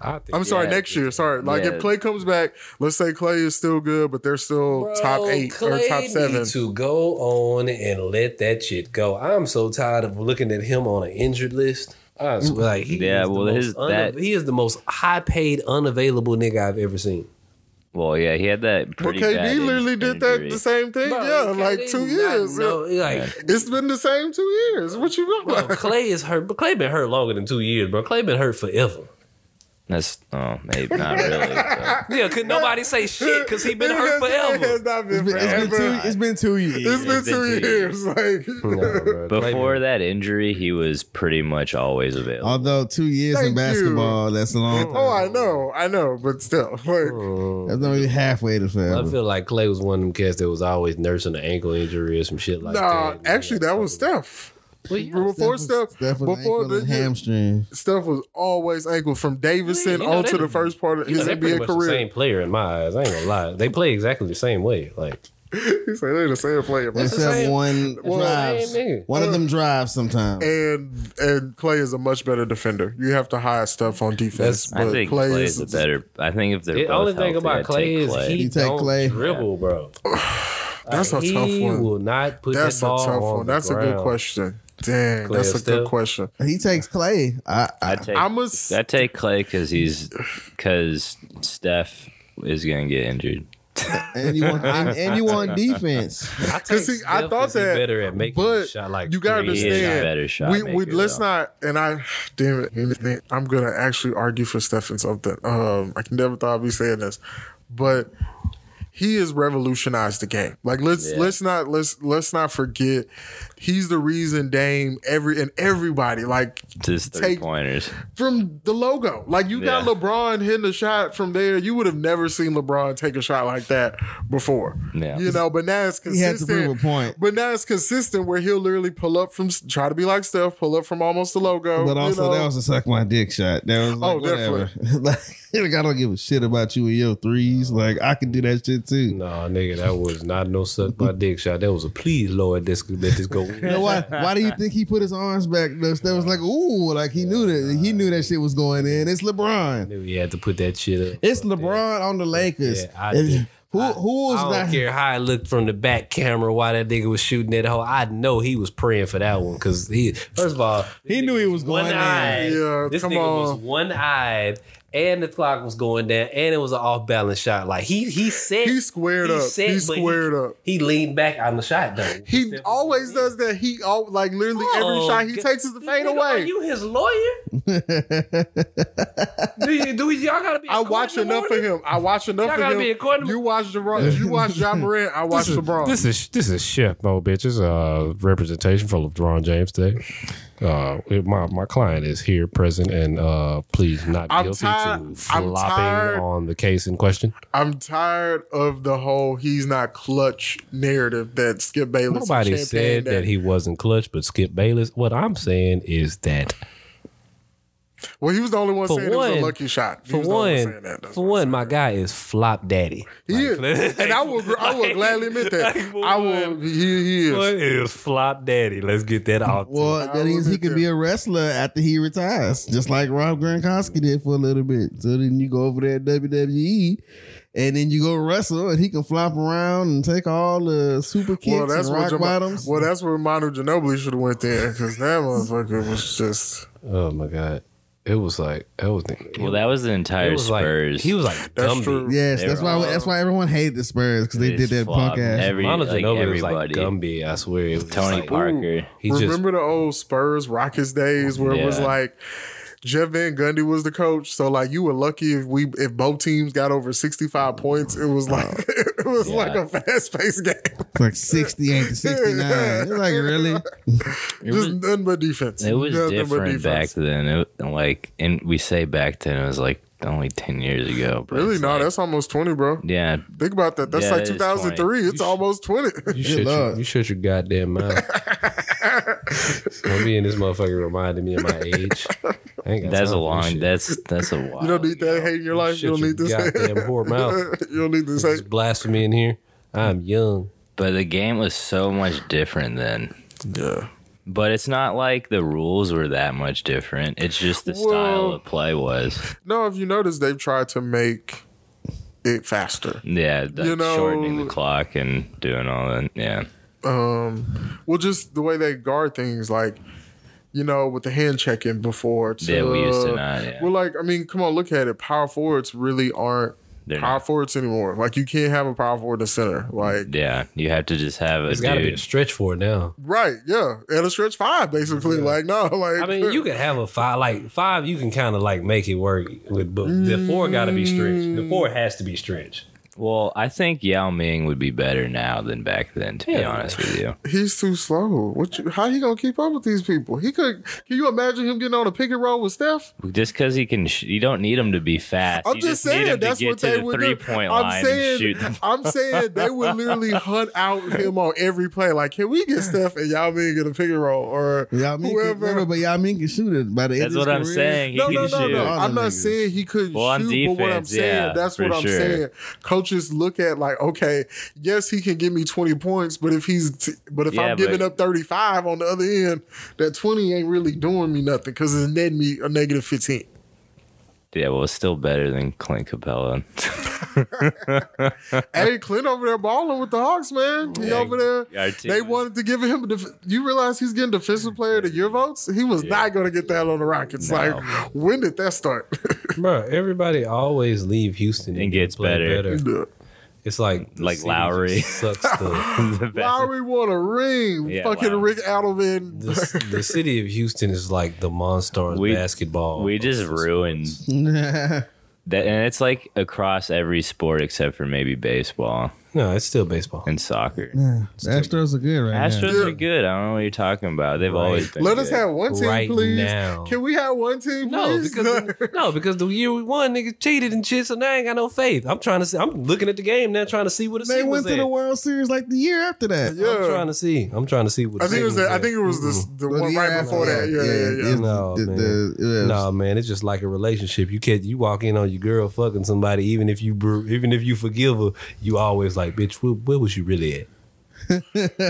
I think I'm sorry, Yeah. next year. Sorry. Like Yeah. if Clay comes back, let's say Clay is still good, but they're still top eight or top seven. to go on and let that shit go. I'm so tired of looking at him on an injured list. I swear, like he Yeah, is the well, most his- una- that- he is the most high paid unavailable nigga I've ever seen. Well, yeah, he had that But pretty bad KD in- literally did that injury. the same thing. yeah, like two years. No, like It's been the same two years. What you know? Bro, Clay is hurt, but Clay been hurt longer than two years, bro. Clay been hurt forever. That's oh, maybe not really. but- Yeah, could nobody say shit because he been hurt It's forever. not been It's been, it's been forever. two, it's been two years. It's been two years. Like Before that injury, he was pretty much always available. Although two years Thank in you. basketball, that's a long time. *laughs* Oh, I know, I know, but still, like That's not really halfway to I forever. feel like Clay was one of them cats that was always nursing an ankle injury or some shit like nah. that. Actually, that was Steph. before Steph, Steph was before ankle the and hamstring. Steph was always ankle from Davidson You know, on to they- the first part of You know, his they're pretty NBA much the same career. player in my eyes. I ain't gonna lie. They play exactly the same way. Like *laughs* He said they're the same player, bro. Except *laughs* same- one the drives. same nigga. One of Uh. them drives sometimes. And and Clay is a much better defender. You have to hire Steph on defense, I but think Clay, Clay is is a better. I think if they're the both only healthy, thing about I'd Clay take is he You take don't Clay? dribble, bro. *sighs* That's Like, a tough he one. will not put That's that ball a tough on one. the That's a good ground. question. Damn, Clay that's a or good Steph? question. he takes Clay. I, I, I'd take. I'm a I take Clay because he's because Steph is gonna get injured. and you want and, and you want *laughs* defense. I, Cause take see, Steph I thought 'cause he that better at making but the shot. Like you gotta three. He is a understand. better shot we we maker, let's though. not. And I damn it, anything- I'm gonna actually argue for Steph and something. Um, I never thought I'd be saying this, but he has revolutionized the game. Like let's Yeah. let's not let's let's not forget he's the reason Dame every and everybody like Just three Take- pointers. from the logo. Like you Yeah. got LeBron hitting a shot from there. You would have never seen LeBron take a shot like that before. Yeah. You know, but now it's He had to consistent. prove a point. But now it's consistent where he'll literally pull up from try to be like Steph, pull up from almost the logo. But you also know. that was a suck my dick shot. That was like Oh, whatever. *laughs* definitely. like I don't give a shit about you and your threes. Like I can do that shit too. No, nigga, that was not no suck my dick shot. That was a please, Lord, this let *laughs* this go. You know why? Why *laughs* do you think he put his arms back? though? That was like, ooh, like he knew that he knew that shit was going in. It's LeBron. Knew you had to put that shit up. It's LeBron on the Lakers. Yeah, I did. Who who was I don't not? care how I looked from the back camera while that nigga was shooting that hole. I know he was praying for that one because he, first of all, He knew he was going one in. eyed. Yeah, this come nigga on. was one eyed, and the clock was going down, and it was an off balance shot. Like he he said He squared up. said, He but squared up. He leaned back on the shot though. He always does that. He all like literally every Oh, shot he God. takes is the fade Nigga, Are away. you *laughs* his lawyer? do you, do you, all gotta be? in I court watch in the enough of morning? him. I watch enough gotta of be him. according to- You watch Jerron. You *laughs* watch John Moran. I watch LeBron. This is this is shit, mo bitch. It's a representation for LeBron James today. Uh, it- my my client is here present, and uh, please not I'm guilty tired- I'm to flopping tired. on the case in question. I'm tired of the whole he's not clutch narrative that Skip Bayless. and Nobody Champagne said Dad- that he wasn't clutch, but Skip Bayless. What I'm saying is that Well, he was the only one For saying it was one- a lucky shot. He for was the only saying one, that. That's for what I'm one, my guy is flop daddy. saying. he *laughs* is, and I will. gr- I will like- gladly admit that. like, for I will. one- He, he What is. is flop daddy? Let's get that off. Well, that I means he would could be a wrestler after he retires, just like Rob Gronkowski did for a little bit. So then you go over there at WWE, and then you go wrestle, and he can flop around and take all the super kicks Well, that's and where rock Jama- bottoms. well, that's where Manu Ginobili should have went there because that motherfucker was just. *laughs* Oh my god, it was like that was. The, Well, that was the It entire was like Spurs. he was like That's Gumby. true. yes, They that's were why. all- That's why everyone hated the Spurs because they They did that flopped punk ass. every- Mama like, Ginobili was like everybody. Gumby. I swear, it was Tony like, Parker. He just- Remember the old Spurs Rockets days where it was Yeah. like Jeff Van Gundy was the coach, so like you were lucky if we if both teams got over sixty five points. It was like *laughs* it was like a fast paced game, It's like sixty eight to sixty nine. It's like really. *laughs* just nothing but defense. It was Nothing but different back defense. then. It, like, and we say back then, it was like only ten years ago. but Really, it's no, like- that's almost twenty, bro. yeah. Think about that. That's Yeah, like it is two thousand three. It's almost twenty. *laughs* You shut, luck. your, you shut your goddamn *laughs* mouth. so me and this motherfucker reminded me of my age. I ain't got That's a time for this long. shit. That's that's a while. *laughs* You don't need that hate in your life. You Shut don't your need this. goddamn *laughs* whore mouth. you don't need this There's hate. blasphemy in here. I'm young. But the game was so much different then. Yeah. But it's not like the rules were that much different. It's just the Well- style of play was. No, if you notice, they've tried to make it faster. Yeah, that You know- shortening the clock and doing all that. Yeah, um well just the way they guard things like you know with the hand checking before to, yeah, we used to not. Yeah. uh, well like i mean come on look at it power forwards really aren't They're power not- forwards anymore like you can't have a power forward to center like yeah, you have to just have a There's got to be a dude. stretch for it now. right yeah at a stretch five basically like no *laughs* like I mean, you can have a five, like five. Mm. You can kind of like make it work with, but the four got to be stretched. The four has to be stretched. Well, I think Yao Ming would be better now than back then, to be Yeah. honest with you. He's too slow. What? You, how he gonna keep up with these people? He could. Can you imagine him getting on a pick and roll with Steph? Just because he can, sh- you don't need him to be fast. I'm you just, need saying him that's to get what to they the would three do. point I'm line and saying, *laughs* shoot. the- I'm saying they would literally hunt out him on every play. Like, can we get Steph and Yao Ming get a pick and roll or Y'all mean whoever? remember, but y'all mean can shoot it by the end. That's of his what I'm career. *laughs* saying. He no, can no, no, shoot. no. All them I'm not niggas. saying he couldn't Well, on shoot, but what I'm defense, saying, yeah, that's what for I'm sure. saying. Coaches look at like, okay, yes, he can give me 20 points, but if he's, t- but if Yeah, I'm giving but- up 35 on the other end, that 20 ain't really doing me nothing because it's netting me a negative 15. yeah, well, it's still better than Clint Capella. hey, Clint over there balling with the Hawks, man. He over there. Our team They was- wanted to give him. A def- you realize he's getting defensive player to your votes. He was not going to get that on the Rockets. No. Like, when did that start? *laughs* Bro, everybody always leave Houston It and gets play better. It's like the Like city Lowry. just sucks the, *laughs* *laughs* The best. Lowry won a ring. Yeah, Fucking wow. Rick Adelman. *laughs* the, the city of Houston is like the Monstars We- basketball. We just ruined that, and it's like across every sport except for maybe baseball no, it's still baseball. and soccer. the Astros are good right now. Astros are good. I don't know what you're talking about. They've always been. Let us good. have one team, Right please. now. Can we have one team, No, please? because no, because the year we won, niggas cheated and shit, so now I ain't got no faith. I'm trying to see. I'm looking at the game now, trying to see what the they seed went was to at. the World Series like the year after that. Yeah. I'm trying to see. I'm trying to see what. I the think it seed was. The, I at. think it was this, the Well, one the year right before after that. Yeah, yeah, yeah. it's No, the- man. the- yeah, Nah, man, it's just like a relationship. You can't. You walk in on your girl fucking somebody, even if you br- even if you forgive her, you always like, bitch. Where, where was you really at?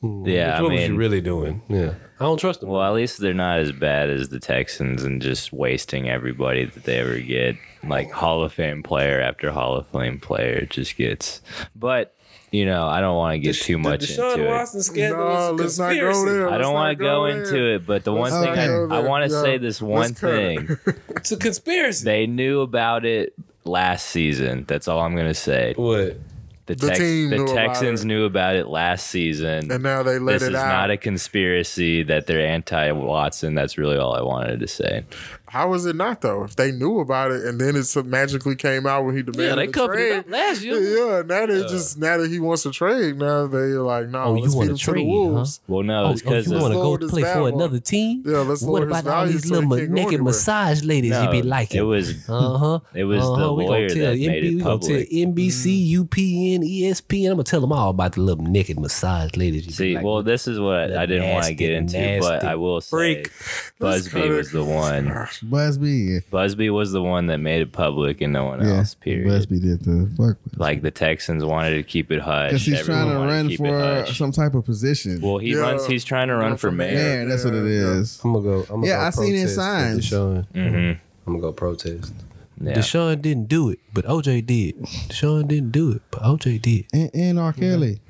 Hmm, Yeah, bitch, I what was mean- you really doing? Yeah, I don't trust them. Well, at least they're not as bad as the Texans and just wasting everybody that they ever get. Like Hall of Fame player after Hall of Fame player just gets. But you know, I don't want to get too much into it. scandal is a let's not go conspiracy. there. I Let's don't want not to go go there. into it, but the Let's one not thing I, go there. I want to Yeah. say this Let's one cut it. thing. *laughs* It's a conspiracy. They knew about it last season. That's all I'm gonna say. What? The, The Tex- team knew the about Texans it. knew about it last season. And now they let this it is out. not a conspiracy that they're anti Watson. That's really all I wanted to say. How was it not though? If they knew about it and then it so- magically came out when he demanded Yeah, they a covered trade. it up last year. *laughs* Yeah, now they just now that he wants to trade, now they're like, no, Oh, you let's feed want him to to the trade, wolves. *laughs* Well, no, it's oh, because you want to go lowered his play for value. another team? Yeah, let's what lower his about all value these so he little ma- can't go naked anywhere. massage ladies No, you be liking? It was Uh *laughs* huh. It was the lawyer that made it we gonna tell public. NBC, UPN, ESPN. I'm gonna tell them all about the little naked massage ladies. You see. be well, this is what I didn't want to nasty, get into, but nasty I will say, freak. Busby was the one. Busby. Busby was the one that made it public, and no one Yeah, else. Period. Busby did the fuck. Like the Texans wanted to keep it hush. Because he's Everyone trying to wanted run keep it for hush. some type of position. Well, he Yeah. runs. He's trying to run for mayor. man, that's what it is. I'm gonna go. I'm gonna Yeah, go I seen his protest with signs. Deshaun. Mm-hmm. I'm gonna go protest. Yeah. Deshaun didn't do it, but OJ did. Deshaun didn't do it, but OJ did. And, and R. Kelly.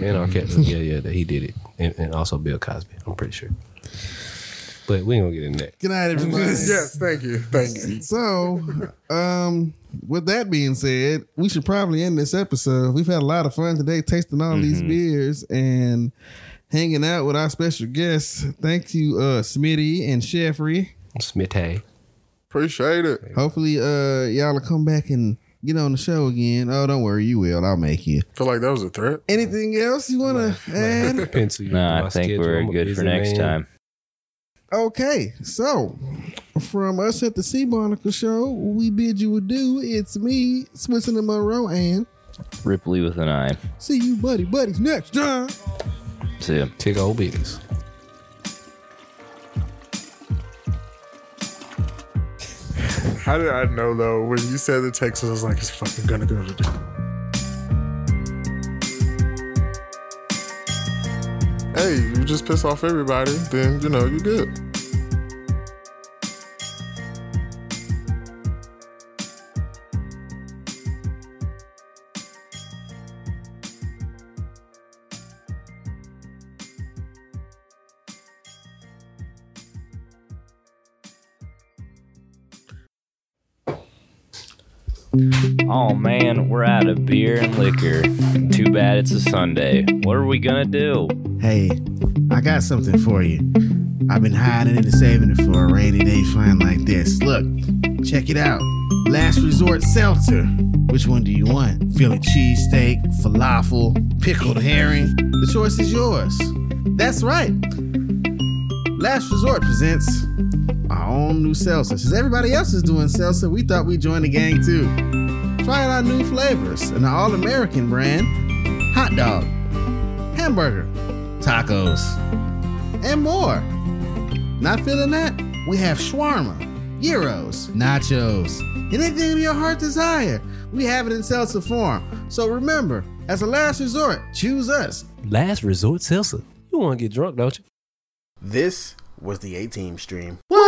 And our cat, yeah, yeah, that he did it, and, and also Bill Cosby. I'm pretty sure. But we ain't gonna get in that. Good night, everybody. *laughs* Yes, thank you, thank you. So, um, with that being said, we should probably end this episode. We've had a lot of fun today tasting all Mm-hmm. these beers and hanging out with our special guests. Thank you, uh, Smitty and Jeffrey. Smitty. Appreciate it. Hopefully, uh, y'all will come back and get on the show again. Oh, don't worry, you will. I'll make you. Feel like that was a threat. Anything else you want to add? Pencil. you to No, my I think schedule. we're I'm a good for busy next man. time. Okay, so from us at the Sea Barnacle Show, we bid you adieu. It's me, Swenson and Monroe, and Ripley with an eye. see you, buddy, buddies, next time. See ya. Take old business. How did I know though? When you said the Texans, I was like, it's fucking gonna go to. Hey, you just piss off everybody, then you know you're good. Oh man, we're out of beer and liquor. Too bad it's a Sunday. What are we gonna do? Hey, I got something for you. I've been hiding it and saving it for a rainy day find like this. Look, check it out. Last Resort Seltzer. Which one do you want? Philly cheesesteak, falafel, pickled herring? The choice is yours. That's right. Last Resort presents our own new seltzer. Since everybody else is doing seltzer, we thought we'd join the gang too. Try out our new flavors and our all American brand hot dog, hamburger, tacos, and more. Not feeling that? We have shawarma, gyros, nachos, anything your heart desire. We have it in seltzer form. So remember, as a last resort, choose us. Last resort seltzer. You want to get drunk, don't you? This was the A Team stream. What?